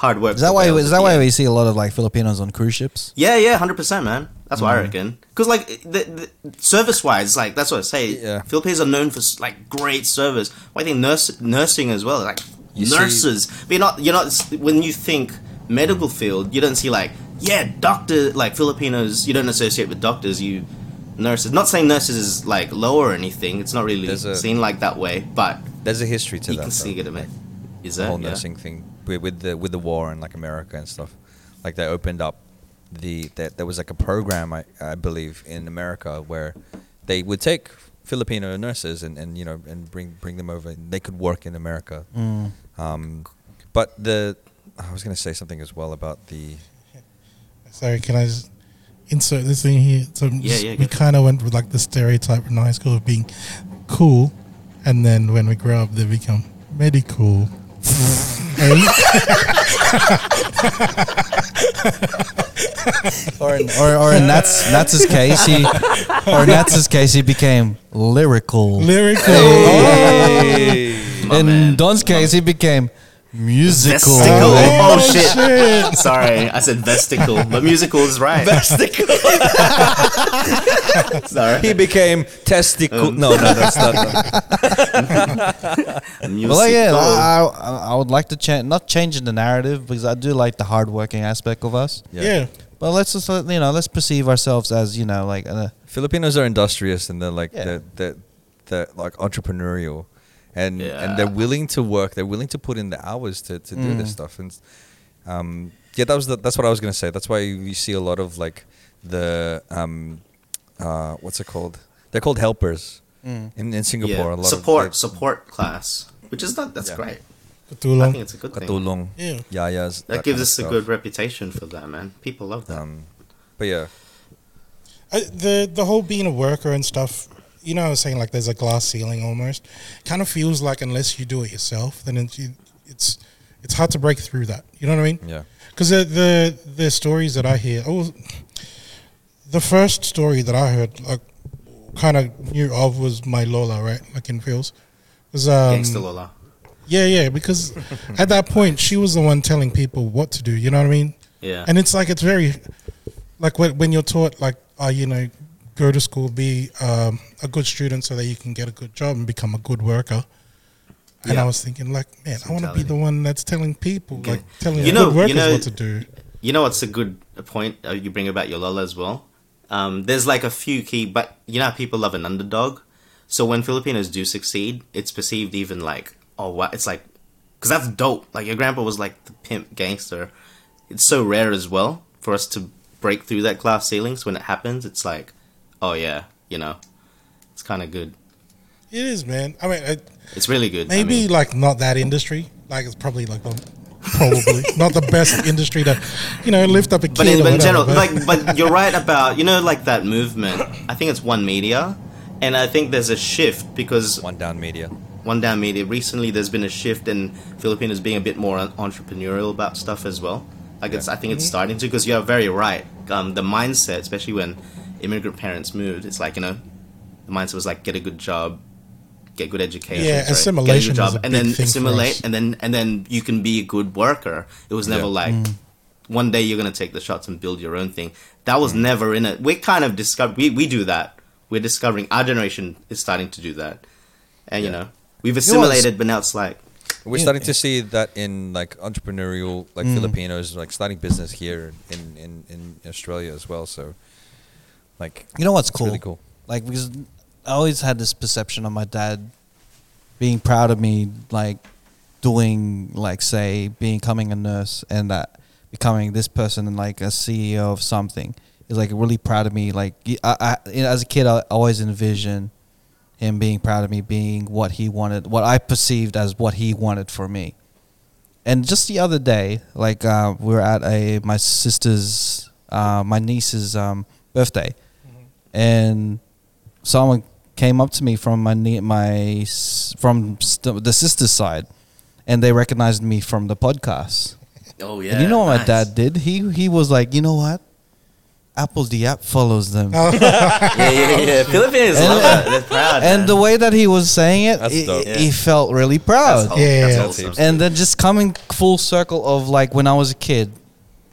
A: hard work
B: Is that why?
A: prevails
B: Is
A: at
B: that
A: the
B: why
A: end.
B: we see a lot of like Filipinos on cruise ships?
A: yeah yeah 100% man that's
D: Mm.
A: what i reckon because like the, the, service-wise like that's what i say
D: Yeah.
A: philippines are known for like great service Why i think nurse, nursing as well like
D: You see-
A: nurses but you're not you're not when you think medical field you don't see like yeah doctor like filipinos you don't associate with doctors you nurses not saying nurses is like lower or anything it's not really
D: There's a-
A: seen like that way but
D: There's a history
A: you
D: to
A: can
D: that.
A: see it
D: though.
A: a bit is
D: the
A: that
D: whole
A: yeah.
D: nursing thing with, with the with the war and like America and stuff. Like they opened up the that there was like a program I, I believe in America where they would take Filipino nurses and, and you know and bring bring them over and they could work in America.
A: Mm.
D: Um, but the I was gonna say something as well about the
C: Sorry, can I just insert this thing here? So just-
A: yeah, go for
C: we
A: it.
C: kind of went with like the stereotype in high school of being cool, and then when we grow up, they become medical. Eh?
B: Or in, or, or in Nats Nats's
A: *laughs*
B: case, he or in Nats's case, he became lyrical.
C: Lyrical. Oh,
A: My
B: in
A: man.
B: Don's case, he became musical.
A: Vesticle.
B: Like,
A: Oh, shit. *laughs* Sorry, I said vesticle, but musical is right. *laughs* Sorry.
D: *laughs* he became testicle. no, no, that's not.
B: But like, yeah,
A: uh,
B: I, I, I would like to change, not changing the narrative because I do like the hardworking aspect of us.
C: Yeah.
B: But let's just, let- you know, let's perceive ourselves as, you know, like, uh,
D: Filipinos are industrious and they're like
B: Yeah.
D: they're, they're, they're like entrepreneurial and
A: Yeah.
D: and they're willing to work they're willing to put in the hours to, to do
A: Mm.
D: this stuff and um, yeah that was the, that's what I was gonna say that's why you see a lot of like the um, uh, what's it called they're called helpers in, in Singapore a lot
A: Mm. support
D: of
A: support class, which is not that's
D: Yeah.
A: great.
C: Too
A: I
C: long.
A: think it's a good
D: like,
A: thing.
D: katulong
C: Yeah.
D: yayas
A: That
D: kind
A: gives
D: of
A: us a
D: stuff.
A: good reputation for that, man. People love that.
D: um, but yeah
C: I, the the whole being a worker and stuff. You know, I was saying like there's a glass ceiling almost. Kind of feels like unless you do it yourself, then it's it's it's hard to break through that. You know what I mean?
D: yeah
C: Because the, the the stories that I hear, oh, the first story that I heard, like, kind of knew of was my Lola, right? Like in Fields, was um,
A: Gangsta Lola.
C: yeah, yeah.
A: *laughs*
C: Because at that point, she was the one telling people what to do. You know what I mean?
A: Yeah.
C: And it's like it's very, like when when you're taught, like, oh, you know, go to school, be um, a good student, so that you can get a good job and become a good worker. And
A: Yeah.
C: I was thinking, like, man, I want to be
A: Mentality.
C: the one that's telling people,
A: Okay.
C: like, telling
A: You
C: good
A: know- you
C: workers
A: know-
C: what to do.
A: You know what's a good point uh, you bring about your Lola as well? Um, there's like a few key, but you know how people love an underdog? So when Filipinos do succeed, it's perceived even like, oh, wow, it's like, because that's dope. Like your grandpa was like the pimp gangster. It's so rare as well for us to break through that glass ceiling. So when it happens, it's like, oh yeah, you know, it's kind of good.
C: It is, man. I mean, it,
A: It's really good. I
C: maybe
A: mean,
C: like not that industry. Like, it's probably like the probably *laughs* not the best industry to, you know, lift up a kid.
A: but in,
C: or
A: but in
C: whatever,
A: general,
C: but-
A: like,
C: *laughs*
A: but you're right about you know, like that movement. I think it's One Media, and I think there's a shift because
D: One Down Media.
A: One Down Media recently there's been a shift in Filipinos being a bit more un- entrepreneurial about stuff as well. Like it's, I think
C: Mm-hmm.
A: it's starting to because you're very right. Um, the mindset, especially when immigrant parents moved, it's like you know, the mindset was like get a good job, get good education,
C: Yeah,
A: sorry, get a good
C: assimilation was a
A: and
C: big
A: then
C: thing for us.
A: assimilate, and then and then you can be a good worker. It was never
D: Yeah.
A: like
C: Mm.
A: one day you're gonna take the shots and build your own thing. That was never in it. We're kind of discover we, we do that. We're discovering our generation is starting to do that. And you know, we've assimilated but now it's like
D: We're starting to see that in like entrepreneurial, like Filipinos, like starting business here in, in, in Australia as well. So, like,
B: You know what's
D: It's
B: cool?
D: really cool.
B: Like because I always had this perception of my dad being proud of me, like doing, like say, becoming a nurse and that becoming this person and like a CEO of something is like really proud of me. Like y- I, I- you know, as a kid, I always envisioned him being proud of me, being what he wanted, what I perceived as what he wanted for me. And just the other day, like uh, we were at a my sister's, uh, my niece's um, birthday, and someone came up to me from my ne- my s- from st- the sister's side, and they recognized me from the podcast.
A: Oh yeah.
B: and you know what my
A: nice.
B: dad did? He he was like, you know what, Apple the app follows them.
A: *laughs*
C: Oh, uh,
A: Yeah, yeah, *laughs* yeah. Filipinos love that. They're proud.
B: And
A: man.
B: the way that he was saying it,
D: That's
B: he-
D: dope.
B: he felt really proud.
A: That's whole-
C: Yeah,
A: that's
C: yeah,
A: wholesome.
D: yeah.
B: and then just coming full circle of like when I was a kid,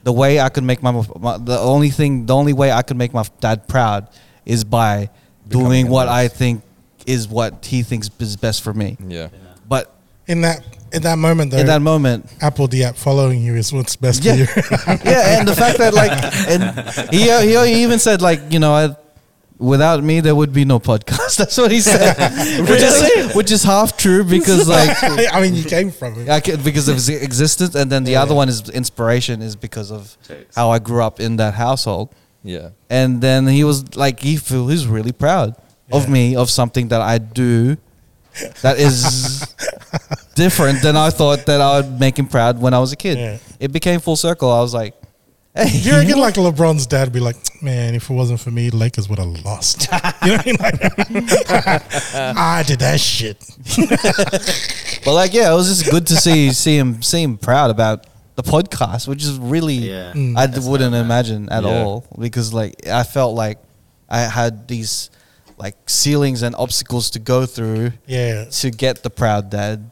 B: the way I could make my, my the only thing the only way I could make my dad proud is by
D: Becoming
B: doing
D: a
B: what
D: nurse.
B: I think is what he thinks is best for me.
D: yeah.
B: But
C: *laughs* in that in that moment though,
B: in that moment,
C: Apple the app following you is what's best
B: yeah,
C: for you.
B: *laughs* yeah, and the fact that like and he uh, he even said like you know I. Without me, there would be no podcast. *laughs* That's what he said, which is which is half true because like
C: I mean, you *laughs* came from
B: *laughs*
C: it.
B: I can, because of his existence, and then the other one is inspiration is because of
A: Taste.
B: how I grew up in that household.
D: Yeah.
B: And then he was like, he feel he's really proud of me of something that I do that is different than I thought that I would make him proud when I was a kid.
C: Yeah.
B: It became full circle. I was like, hey,
C: Do you reckon like LeBron's dad be like, man, if it wasn't for me, Lakers would have lost. *laughs* You know what I mean? *laughs* Like, I did that shit.
B: *laughs* but like, yeah, it was just good to see see him see him proud about the podcast, which is really
A: Yeah.
B: I d- wouldn't imagine at
D: Yeah.
B: all because like I felt like I had these like ceilings and obstacles to go through
C: Yeah.
B: to get the proud dad,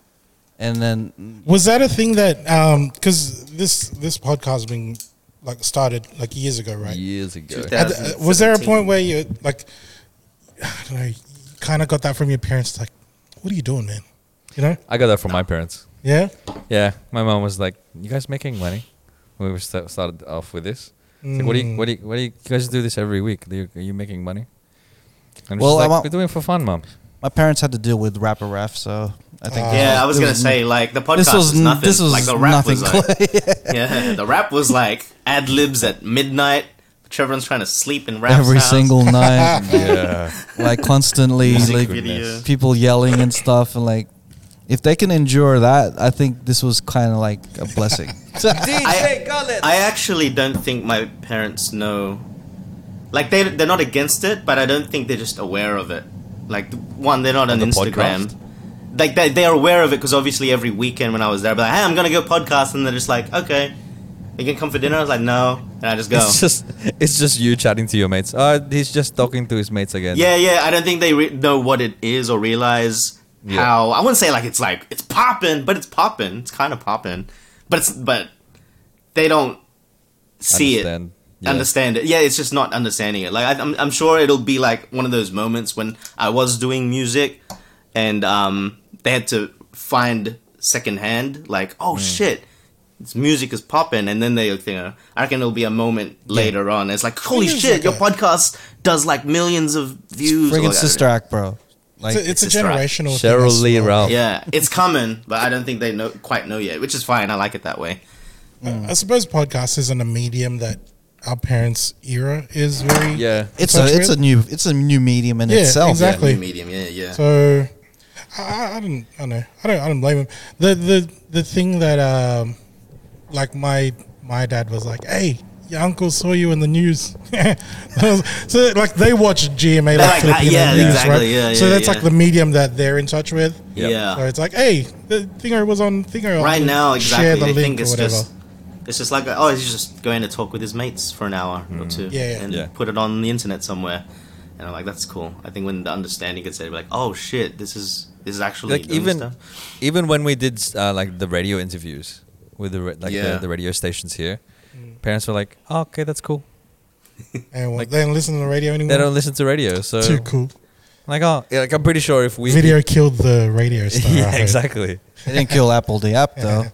B: and then
C: Was that a thing that um cuz this this podcast been like started like years ago, right?
D: Years ago.
C: At the- uh, was there a
A: 2017.
C: point where you like I don't know, you kind of got that from your parents like, what are you doing, man? You know?
D: I got that from my parents.
C: Yeah.
D: Yeah, my mom was like, "You guys making money?" When we sta- started off with this, It's like, what do you, what do you, what do you, you guys do this every week? Do you, are you making money? And
B: Well,
D: well, like,
B: I'm a-
D: we're doing it for fun, mom.
B: my parents had to deal with rapper ref, so I think
A: Uh, Yeah, I was
B: it
A: gonna say like the podcast
B: this was
A: was nothing.
B: this was
A: like the rap
B: nothing.
A: was like *laughs* yeah, the rap was like ad libs at midnight. Trevor's trying to sleep in rap
B: *laughs* every
A: *laughs*
B: single night,
D: Yeah,
B: like constantly,
A: music
B: like
A: video.
B: people yelling and stuff, and like if they can endure that, I think this was kind of like a
C: *laughs*
B: blessing. *laughs*
A: I, I actually don't think my parents know. Like they they're not against it, but I don't think they're just aware of it. Like one, they're not on
D: the
A: Instagram.
D: podcast?
A: Like they they are aware of it because obviously every weekend when I was there, I'd be like, "Hey, I'm gonna go podcast," and they're just like, "Okay, you can come for dinner." I was like, "No," and I just go.
D: *laughs* it's just, it's just you chatting to your mates. Uh, he's just talking to his mates
A: *laughs*
D: again.
A: Yeah, yeah. I don't think they re- know what it is or realize
D: Yeah.
A: how. I wouldn't say like it's like it's popping, but it's popping. It's kind of popping, but it's but they don't see it.
D: Understand.
A: understand it. Yeah, it's just not understanding it. Like I, I'm, I'm sure it'll be like one of those moments when I was doing music, and um, they had to find secondhand. Like, oh shit, this music is popping, and then they think. uh, I reckon it'll be a moment later on. It's like, holy
C: It is
A: shit,
C: like
A: your
C: that.
A: podcast does like millions of views. or
B: Friggin'
A: like-
B: sister act, bro. Like,
C: It's a, it's a
A: it's right.
C: generational thing
D: Cheryl
C: as
D: Lee
C: well.
D: Ralph.
A: Yeah, it's coming, but I don't think they know quite know yet, which is fine. I like it that way.
C: I suppose podcast isn't a medium that our parents' era is very.
D: Yeah.
B: it's a
C: Touch
B: it's a
C: real-
B: new it's a new medium in
C: Yeah,
B: itself.
C: exactly.
A: New medium, yeah, yeah.
C: So I, I, I don't. I don't know. I don't. I don't blame him. The the the thing that um, like my my dad was like, hey. Your uncle saw you in the news, *laughs* so like they watch GMA like,
A: like that,
C: Filipino
A: yeah,
C: news,
A: exactly,
C: right?
A: yeah,
C: so
A: yeah,
C: that's
A: yeah.
C: like the medium that they're in touch with.
D: Yeah.
A: Yeah.
C: So it's like, hey, the Thingo was on Thingo.
A: right
C: I'll
A: now,
C: Share
A: exactly. They
C: the link
A: think
C: or
A: it's
C: whatever.
A: just it's just like oh, he's just going to talk with his mates for an hour or two,
C: Yeah, yeah.
A: and
D: Yeah.
A: put it on the internet somewhere. And I'm like, that's cool. I think when the understanding gets there, like, oh shit, this is this is actually
D: like
A: doing
D: even
A: stuff.
D: even when we did uh, like the radio interviews with the ra- like
A: Yeah.
D: the, the radio stations here,
C: Mm.
D: parents were like, oh, "Okay, that's cool."
C: and well,
D: like-
C: they don't listen to the radio anymore.
D: They don't listen to radio, so
C: Mm. Too cool.
D: like, oh, yeah, like I'm pretty sure if we
C: Video *laughs* killed the radio star. I
D: *laughs* yeah,
C: heard. *laughs*
D: exactly.
B: They didn't kill Apple the app though.
C: Uh,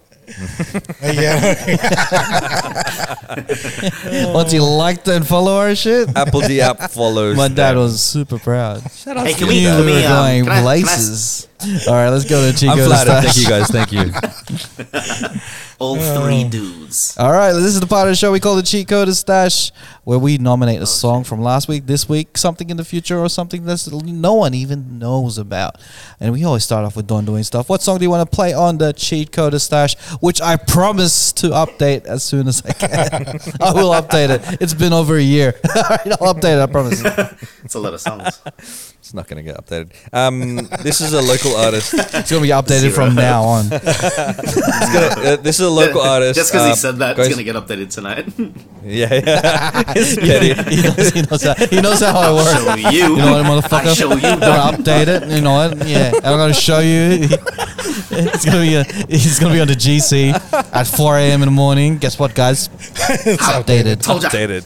C: *laughs* yeah.
B: *laughs*
C: *laughs*
B: Once he liked and follow our shit,
D: Apple the
C: *laughs*
D: app follows.
B: my dad
D: them.
B: was super proud.
D: Shout out
A: Hey,
D: to
A: can
D: you,
A: we-
B: Knew
D: Dad.
A: let
B: we were
A: me, um,
B: going
A: can I- can I s-
B: places. All right, let's go to
D: I'm
B: Chico's.
D: flattered.
B: stash.
D: Thank you guys. Thank
C: *laughs*
D: you.
A: all three dudes.
B: All right, this is the part of the show we call the cheat code stash, where we nominate
A: Oh,
B: a song from last week, this week, something in the future, or something that no one even knows about. And we always start off with Don doing stuff. What song do you want to play on the cheat code stash? Which I promise to update as soon as I can. *laughs* I will update it. It's been over a year. *laughs* All right, I'll update it. I promise.
A: It's a lot of songs.
D: It's not going to get updated. Um, this is a local artist. *laughs*
B: It's gonna be updated from now on.
D: It's gonna- uh, this is a local artist.
A: *laughs* Just because
D: uh,
A: he said that,
D: goes-
A: it's gonna get updated tonight.
D: *laughs*
A: *laughs*
D: Yeah, yeah. It's
B: He
D: petty.
B: knows, he knows how, he knows how it works.
A: show you,
B: You know what, motherfucker?
A: I show you.
B: I'm gonna update it. You know what? Yeah, I'm gonna show you. It's gonna be a, it's gonna be on the GC at 4 a.m. in the morning. Guess what, guys? It's updated.
A: Told ya.
D: Updated.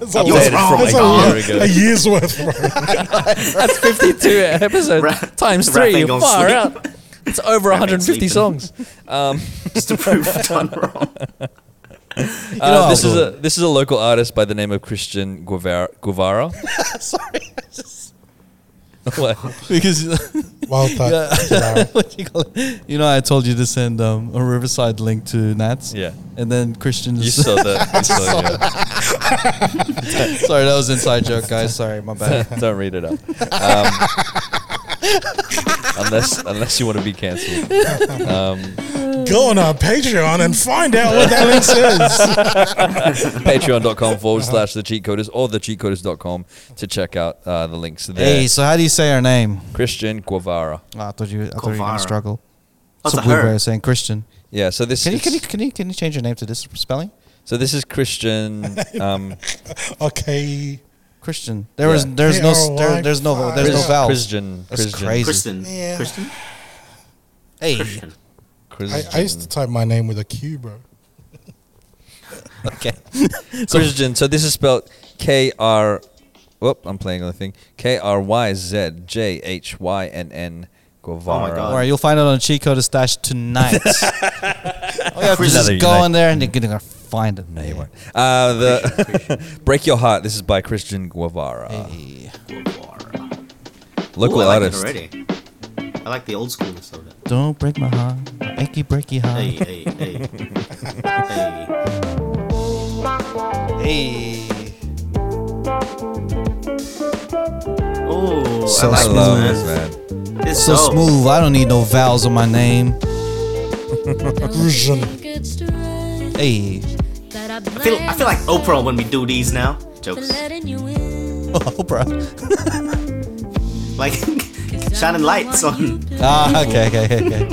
C: It's a
A: You
C: lot.
A: was wrong.
C: It's a,
A: Oh,
C: lot.
D: there we go.
C: a year's
D: *laughs*
C: worth. bro.
D: That's 52 *laughs* episodes
A: Ra-
D: times
A: Raph ain't
D: three.
A: gonna
D: Far
A: sleep.
D: out. It's over
A: ain't
D: 150
A: sleeping.
D: songs.
A: *laughs* Just to prove done wrong.
D: Uh,
B: know,
D: this is
B: I'll-
D: a this is a local artist by the name of Christian Guevara. Guevara. *laughs* Sorry.
B: Because *laughs*
C: Wild thought. Sorry.
B: what you call it? You know, I told you to send um, a Riverside link to Nats.
D: Yeah.
B: And then Christian's.
D: you saw that. You saw it, yeah.
B: *laughs* Sorry, that was an inside joke, guys. Sorry, my bad.
D: *laughs* Don't read it up. Um, unless unless you want to be cancelled. Um,
C: Go on our Patreon and find out what
D: *laughs*
C: that link says.
D: Patreon.com forward slash the cheat coders or the cheatcoders.com to check out uh, the links there.
B: Hey, so how do you say her name?
D: Christian Guevara.
B: Oh, I thought you. I thought you were gonna
A: Guevara.
B: struggle.
A: Oh,
B: It's
A: it's
B: a
A: a
B: weird
A: her.
B: way of saying Christian.
D: Yeah, so this
B: Can you
D: is,
B: can you can you can you change your name to this spelling?
D: so this is Christian um,
C: Okay.
B: Christian. There was
D: Yeah.
B: there's no s-
C: K R Y
B: there, there's no
C: five.
B: there's no
C: Chris-
B: vowels.
D: Christian
B: That's
D: Christian
B: crazy.
A: Kristen,
C: Yeah.
A: Kristen,
B: Hey,
A: Christian.
C: I,
D: Christian,
C: I used to type my name with a Q, bro.
B: *laughs* okay. *laughs*
D: Christian. *laughs* So this is spelled K R. Whoop! I'm playing on the thing. K R Y Z J H Y N N Guevara.
B: All
A: Oh God.
B: right, you'll find it on Cheat Code Stash
D: *laughs*
B: tonight. oh yeah,
D: Another
B: just go
D: night.
B: on there and you're gonna find it.
D: No, you won't. Uh, the *laughs* Break Your Heart. This is by Christian Guevara,
B: Hey,
D: local
A: Ooh, I like It
D: artist.
A: already. I like the old school of it.
B: don't break my heart, achy breaky heart.
A: Hey,
B: Hey.
A: hey, hey, hey. Oh, I
B: So
A: like
D: I
A: this,
D: love
A: man.
D: this man.
A: It's
B: So
A: dope.
B: smooth. I don't need no vowels on my name.
C: Grushin.
B: Hey, *laughs*
A: I feel, I feel like Oprah when we do these now. Jokes.
B: Oh, Oprah.
A: Like, *laughs* shining lights on. *laughs*
B: Ah, okay, okay, okay, okay.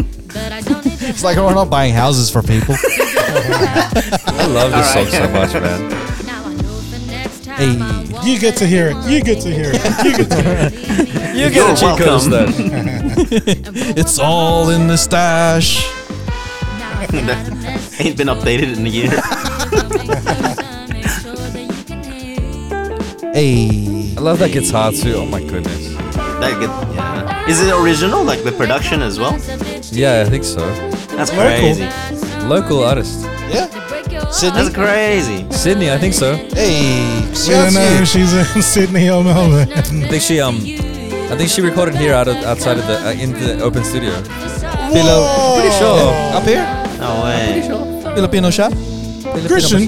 B: It's like we're not buying houses for people.
D: I love this
A: All right.
D: song so much,
A: *laughs*
D: man.
C: You get to hear it. You get to hear
D: *laughs*
C: it. You get to hear it.
D: You
A: You're
D: get a cheat code
A: welcome.
D: instead.
B: It's all in the stash.
C: *laughs*
A: Ain't been updated in a year.
B: Hey.
D: I love that guitar too. Oh my goodness.
A: *laughs* That get, yeah. Is it original? Like the production as well?
D: Yeah, I think so.
A: That's
C: Local.
A: crazy.
D: Local artist.
B: Yeah.
A: That's
B: Sydney.
A: crazy.
D: Sydney, I think so.
B: Hey.
C: We
B: Shout
C: don't know
B: out
C: if
B: to
C: she's in *laughs* Sydney or Melbourne.
D: I think she um, I think she recorded here out of, outside of the uh, in the open *laughs* studio.
B: you. Filipino.
D: Pretty sure.
B: Up here?
A: No way.
B: Filipino *laughs* shop?
C: Christian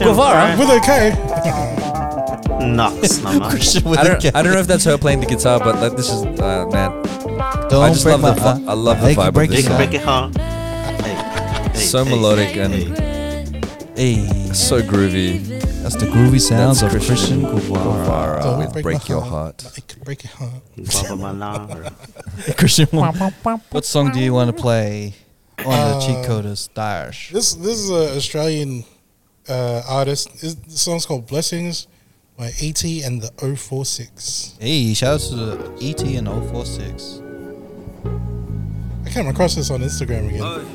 A: Guevara.
C: with a K.
A: *laughs* Knox, mama.
B: *laughs* Christian with
D: I
B: a
D: don't,
B: K.
D: I don't know if that's her playing the guitar, but like, this is uh, man.
B: Don't
D: I just
B: break my
D: love the vi-
B: heart.
D: I love the
B: Make you
D: vibe of
B: break
D: this
B: your
A: Break,
D: song.
A: break
B: heart.
A: it, huh? Hey, hey,
D: So
A: hey,
D: melodic and-
B: Hey.
D: So groovy.
B: That's the groovy sounds of
D: That's
B: Christian Guevara. *laughs*
D: Guevara
C: Don't
D: with Break
C: Oh, my
D: Your Heart.
C: Like, break your heart.
A: Baba Manara.
B: Christian, what song do you want to play on the Cheat Coders Dash?
C: This this is an Australian uh, artist. This, the song's called Blessings by ET and the 046.
B: Hey, shout out to the ET and 046.
C: I came across this on Instagram
D: Oh,
C: again.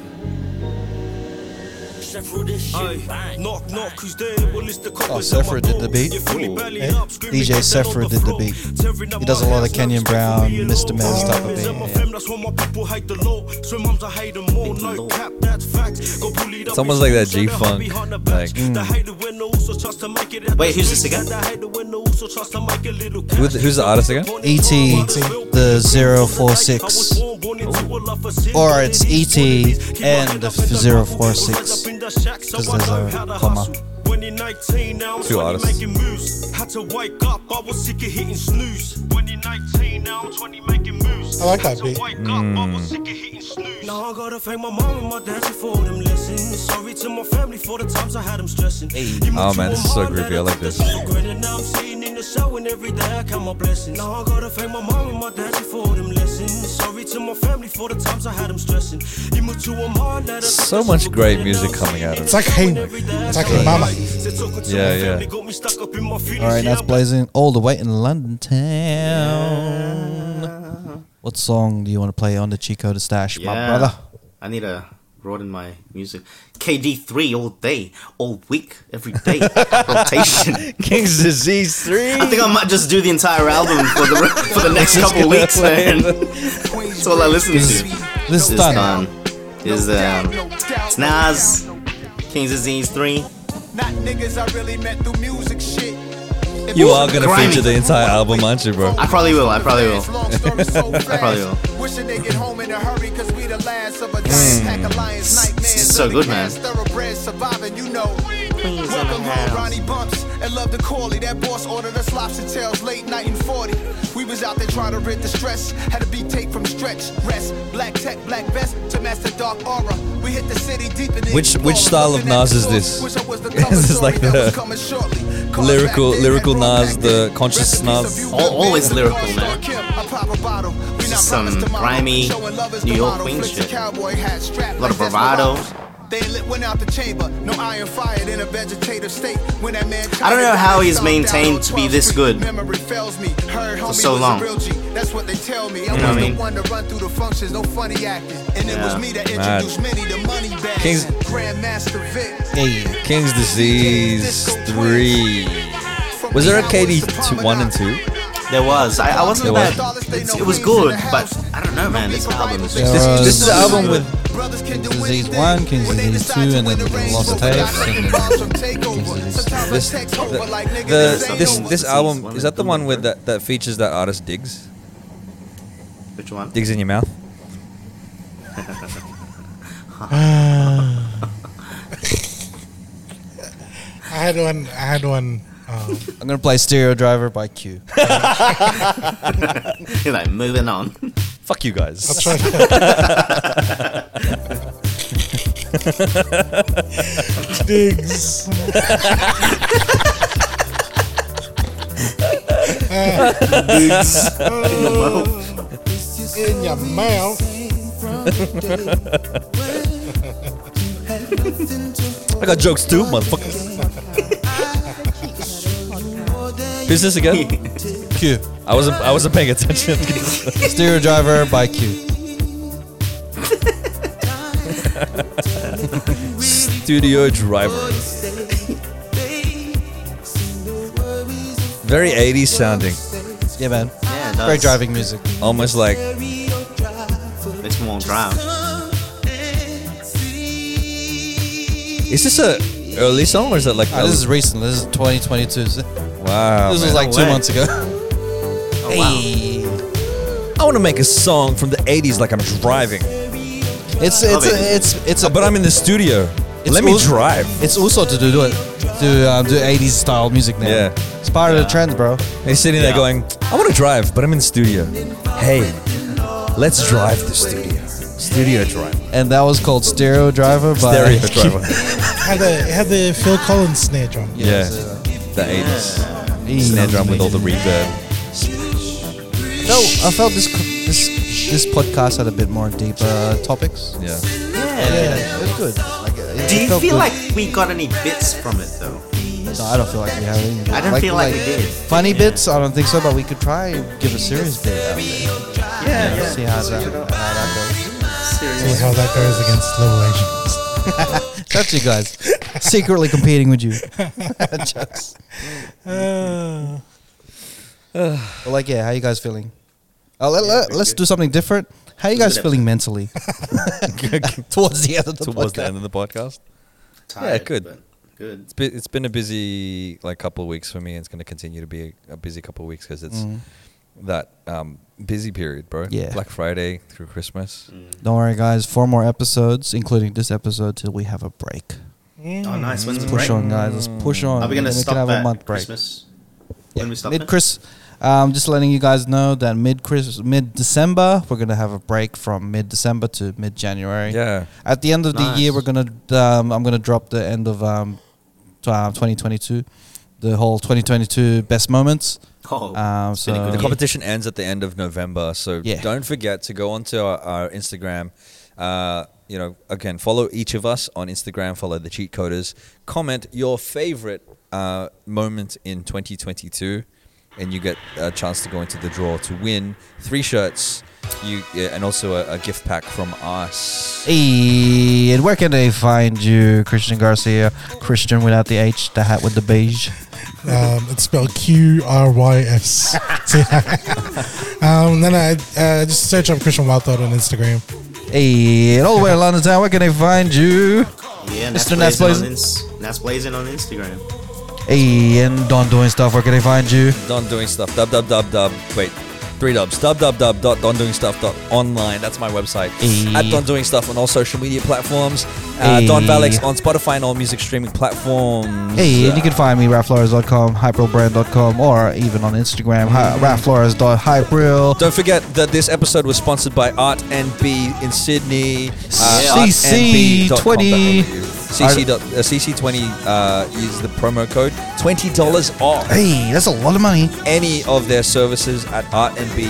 F: Knock, knock, who's there? Well, it's the
B: Oh, Sephra did the beat. Eh? DJ Sephra did the beat. He does a lot of Kenyon Brown, Mr. Men's type of beat.
F: It's
D: almost like that G-Funk, like-
B: mm.
A: Wait, who's this again?
D: Who's, who's the artist again?
B: E.T. E the 046. Or it's E.T. and the 046. Because there's a comma.
D: Two artists.
C: I like that beat.
D: Mm.
F: Now I gotta thank my mom and my dad for them lessons. Sorry to my family for the times I had them stressing.
D: Oh, man, this is so groovy. I like this.
F: Now I'm sitting in the shower and every day I count my blessings. Now I gotta thank my mom and my dad for them lessons. Sorry to my family for the times I had them stressing. Immature mind that I-
D: So much great music coming out of
C: It's like hey, it's like hey mama.
D: Yeah, yeah.
B: Alright, that's blazing all the way in London town. What song do you want to play on the Cheat Coders Dash, my
A: Yeah.
B: brother?
A: I need to broaden my music. KD3 all day, all week, every day. Rotation.
D: King's Disease 3.
A: I think I might just do the entire album for the for the next
D: *laughs*
A: couple weeks, man. *laughs* That's all I listen to.
B: This
A: This
B: is done.
A: time is um, it's Nas, King's Disease Three.
D: You are going to
A: Grimy.
D: feature the entire album, aren't you, bro?
A: I probably will. I probably
G: *laughs*
A: will. I probably will.
G: Wishing they get home in a hurry, cause we the last of a dying pack of lions, nightmares.
A: Hmm. so
G: of the
A: good, man.
G: cast, Thoroughbred surviving, you know.
A: in the
G: Welcome
A: house.
G: home, Ronnie Bumps, and love the callie. That boss ordered us lobster tails late night in 40. We was out there trying to rid the stress. Had to be take from stretch, rest, black tech, black vest to master dark aura. We hit the city deep in the
D: Which- which style of Nas is this? *laughs* This is like the lyrical- lyrical Nas, the conscious Nas?
A: Al- always lyrical, man.
G: Just
A: some grimy New York Queens shit.
G: A
A: Lot of bravado.
G: They lit went out the chamber, no iron fired in a vegetative state. When that man
A: I don't know how he's maintained to be this good
G: Memory fails me. Heard homie
A: so
G: was a
A: long.
G: real G. That's what they tell me.
A: know
G: I was
A: what I
G: the
A: mean?
G: one to run through the functions, no funny acting. And it was
A: Yeah.
G: me that
D: Mad.
G: introduced many to money bags.
D: Kings-
G: Grandmaster Vic.
B: Hey.
D: King's Disease 3. Was there a KD two, 1 and 2?
A: There was. I, I wasn't
D: There was.
A: that. it's- It was good, but I don't know, man. This album is just.
D: This, this is the
B: Uh,
D: album with
G: King's
B: Disease 1, King's Disease 2, and then the Lost Tapes, and then King's Disease
D: this the, the this this album is that the one with that, that features that artist digs
A: Which one?
D: digs in your mouth
C: *sighs* I had one. I had one. Um,
B: I'm gonna play Stereo Driver by Q.
A: You're *laughs* like moving on.
D: fuck you
C: I'll
D: guys
C: try to. Digs. Uh, In your mouth.
D: I got jokes too motherfucker who's this again *laughs*
B: Q.
D: I wasn't I wasn't paying *laughs* attention
B: Stereo Driver by Q.
D: Studio Driver Very 80s sounding.
B: Yeah, man.
A: Yeah, it does.
B: Great driving music.
D: Almost like
A: It's more drive.
D: Is this a early song or is it like
B: Ah, this is recent. This is 2022. This
D: wow?
B: was
D: man.
B: like two
A: way.
B: months ago.
A: Oh, wow.
D: I want to make a song from the 80s like I'm driving,
B: It's it's
A: Love it.
B: a, it's it's a,
D: but I'm in the studio.
B: It's
D: Let me
B: also-
D: drive.
B: it's also to do do it to um, do 80s style music now.
D: Yeah.
B: it's part of the trend, bro.
D: He's sitting there
A: Yeah.
D: going, I want to drive, but I'm in the studio. Hey, let's drive the studio. Studio driver.
B: And that was called Stereo Driver by *laughs*
D: Stereo *laughs* driver.
C: Had the had the Phil Collins snare drum.
B: Yeah,
D: Yeah.
B: it's, uh,
D: The 80s. Snare drum with all the reverb.
B: No, I felt this this this podcast had a bit more deeper uh, topics.
D: Yeah.
A: Yeah.
B: it was good. Like, it- it
A: Do you feel
B: felt good.
A: like we got any bits from it though?
B: No, I don't feel like we have any.
A: I don't feel like we did.
B: Funny bits? I don't think so, but we could try and give a serious bit out there. Yeah, See how that, how that goes.
C: See how that goes against Little Asian.
B: That's you guys. Secretly competing with
A: *laughs*
B: you.
A: *sighs*
B: Jokes.
C: Uh,
B: But like, yeah, how you guys feeling? Uh, let, let, us do something different. How you guys feeling
A: *laughs*
B: mentally? *laughs* Towards the end of the
D: Towards the
B: podcast.
D: end of the podcast.
A: Tired,
D: good.
A: but Good.
D: It's been, it's been a busy like couple of weeks for me. and It's going to continue to be a, a busy couple of weeks because it's that um, busy period, bro.
B: Yeah.
D: Black Friday through Christmas.
B: Don't worry, guys. Four more episodes, including this episode, till we have a break.
A: Oh, nice. When's the
B: Push
A: break?
B: on, guys. Let's push on.
A: Mm. Are we
B: and
A: gonna
B: then
A: stop
B: we can have
A: at
B: a month break.
A: Christmas?
B: Yeah.
A: When we stop
B: mid
A: it?
B: Chris, um, just letting you guys know that mid Chris, mid December, we're gonna have a break from mid December to mid January.
D: Yeah.
B: At the end of
A: Nice.
B: the year, we're gonna. Um, I'm gonna drop the end of um, tw- uh, 2022, the whole 2022 best moments.
A: Oh,
B: Um,
A: it's been a good
B: so-
D: The
B: Yeah.
A: year.
D: competition ends at the end of November, so
B: Yeah.
D: don't forget to go onto our, our Instagram. Uh, you know, again, follow each of us on Instagram. Follow the cheat coders. Comment your favorite uh, moment in 2022, and you get a chance to go into the draw to win three shirts. You yeah, and also a, a gift pack from us.
B: Hey, and where can they find you, Christian Garcia? Christian without the H, the hat with the beige.
C: um, it's spelled Q R Y S. *laughs* um, then I uh, just search up Christian Wild Thought on Instagram.
B: Hey, and all the way to London Town, where can they find you?
A: Yeah,
B: Mr.
A: Nats
B: Nats
A: Blazing.
B: Blazing.
A: on Ins- Nats Blazing on Instagram.
B: Hey, and Don Doing Stuff, where can they find you?
D: Don doing stuff. Dub dub dub dub. Wait, three dubs. Dub dub dub dot Don doing stuff dot online. That's my website.
B: Ayy.
D: At Don doing stuff on all social media platforms. Uh,
B: Ayy.
D: Don Valex on Spotify and all music streaming platforms. Uh,
B: Hey, and you can find me, raflores.com, hyperalbrand.com, or even on Instagram, hi- raflores.hyperil.
D: Don't forget that this episode was sponsored by Art and B in Sydney. Uh,
B: CC20.
D: CC dot, uh, CC20 uh, use the promo code $20 off.
B: Hey, that's a lot of money.
D: any of their services at Art and B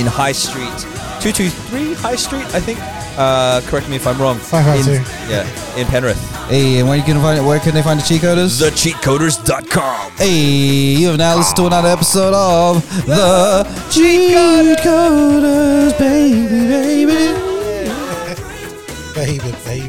D: in High Street, two two three High Street, I think. Uh, correct me if I'm wrong. in,
C: 552.
D: Yeah, in Penrith.
B: Hey, and where you can find where can they find the cheat coders?
D: TheCheatCoders.com.
B: hey, you have now listened to another episode of the cheat coders, baby, baby.
C: Baby, baby.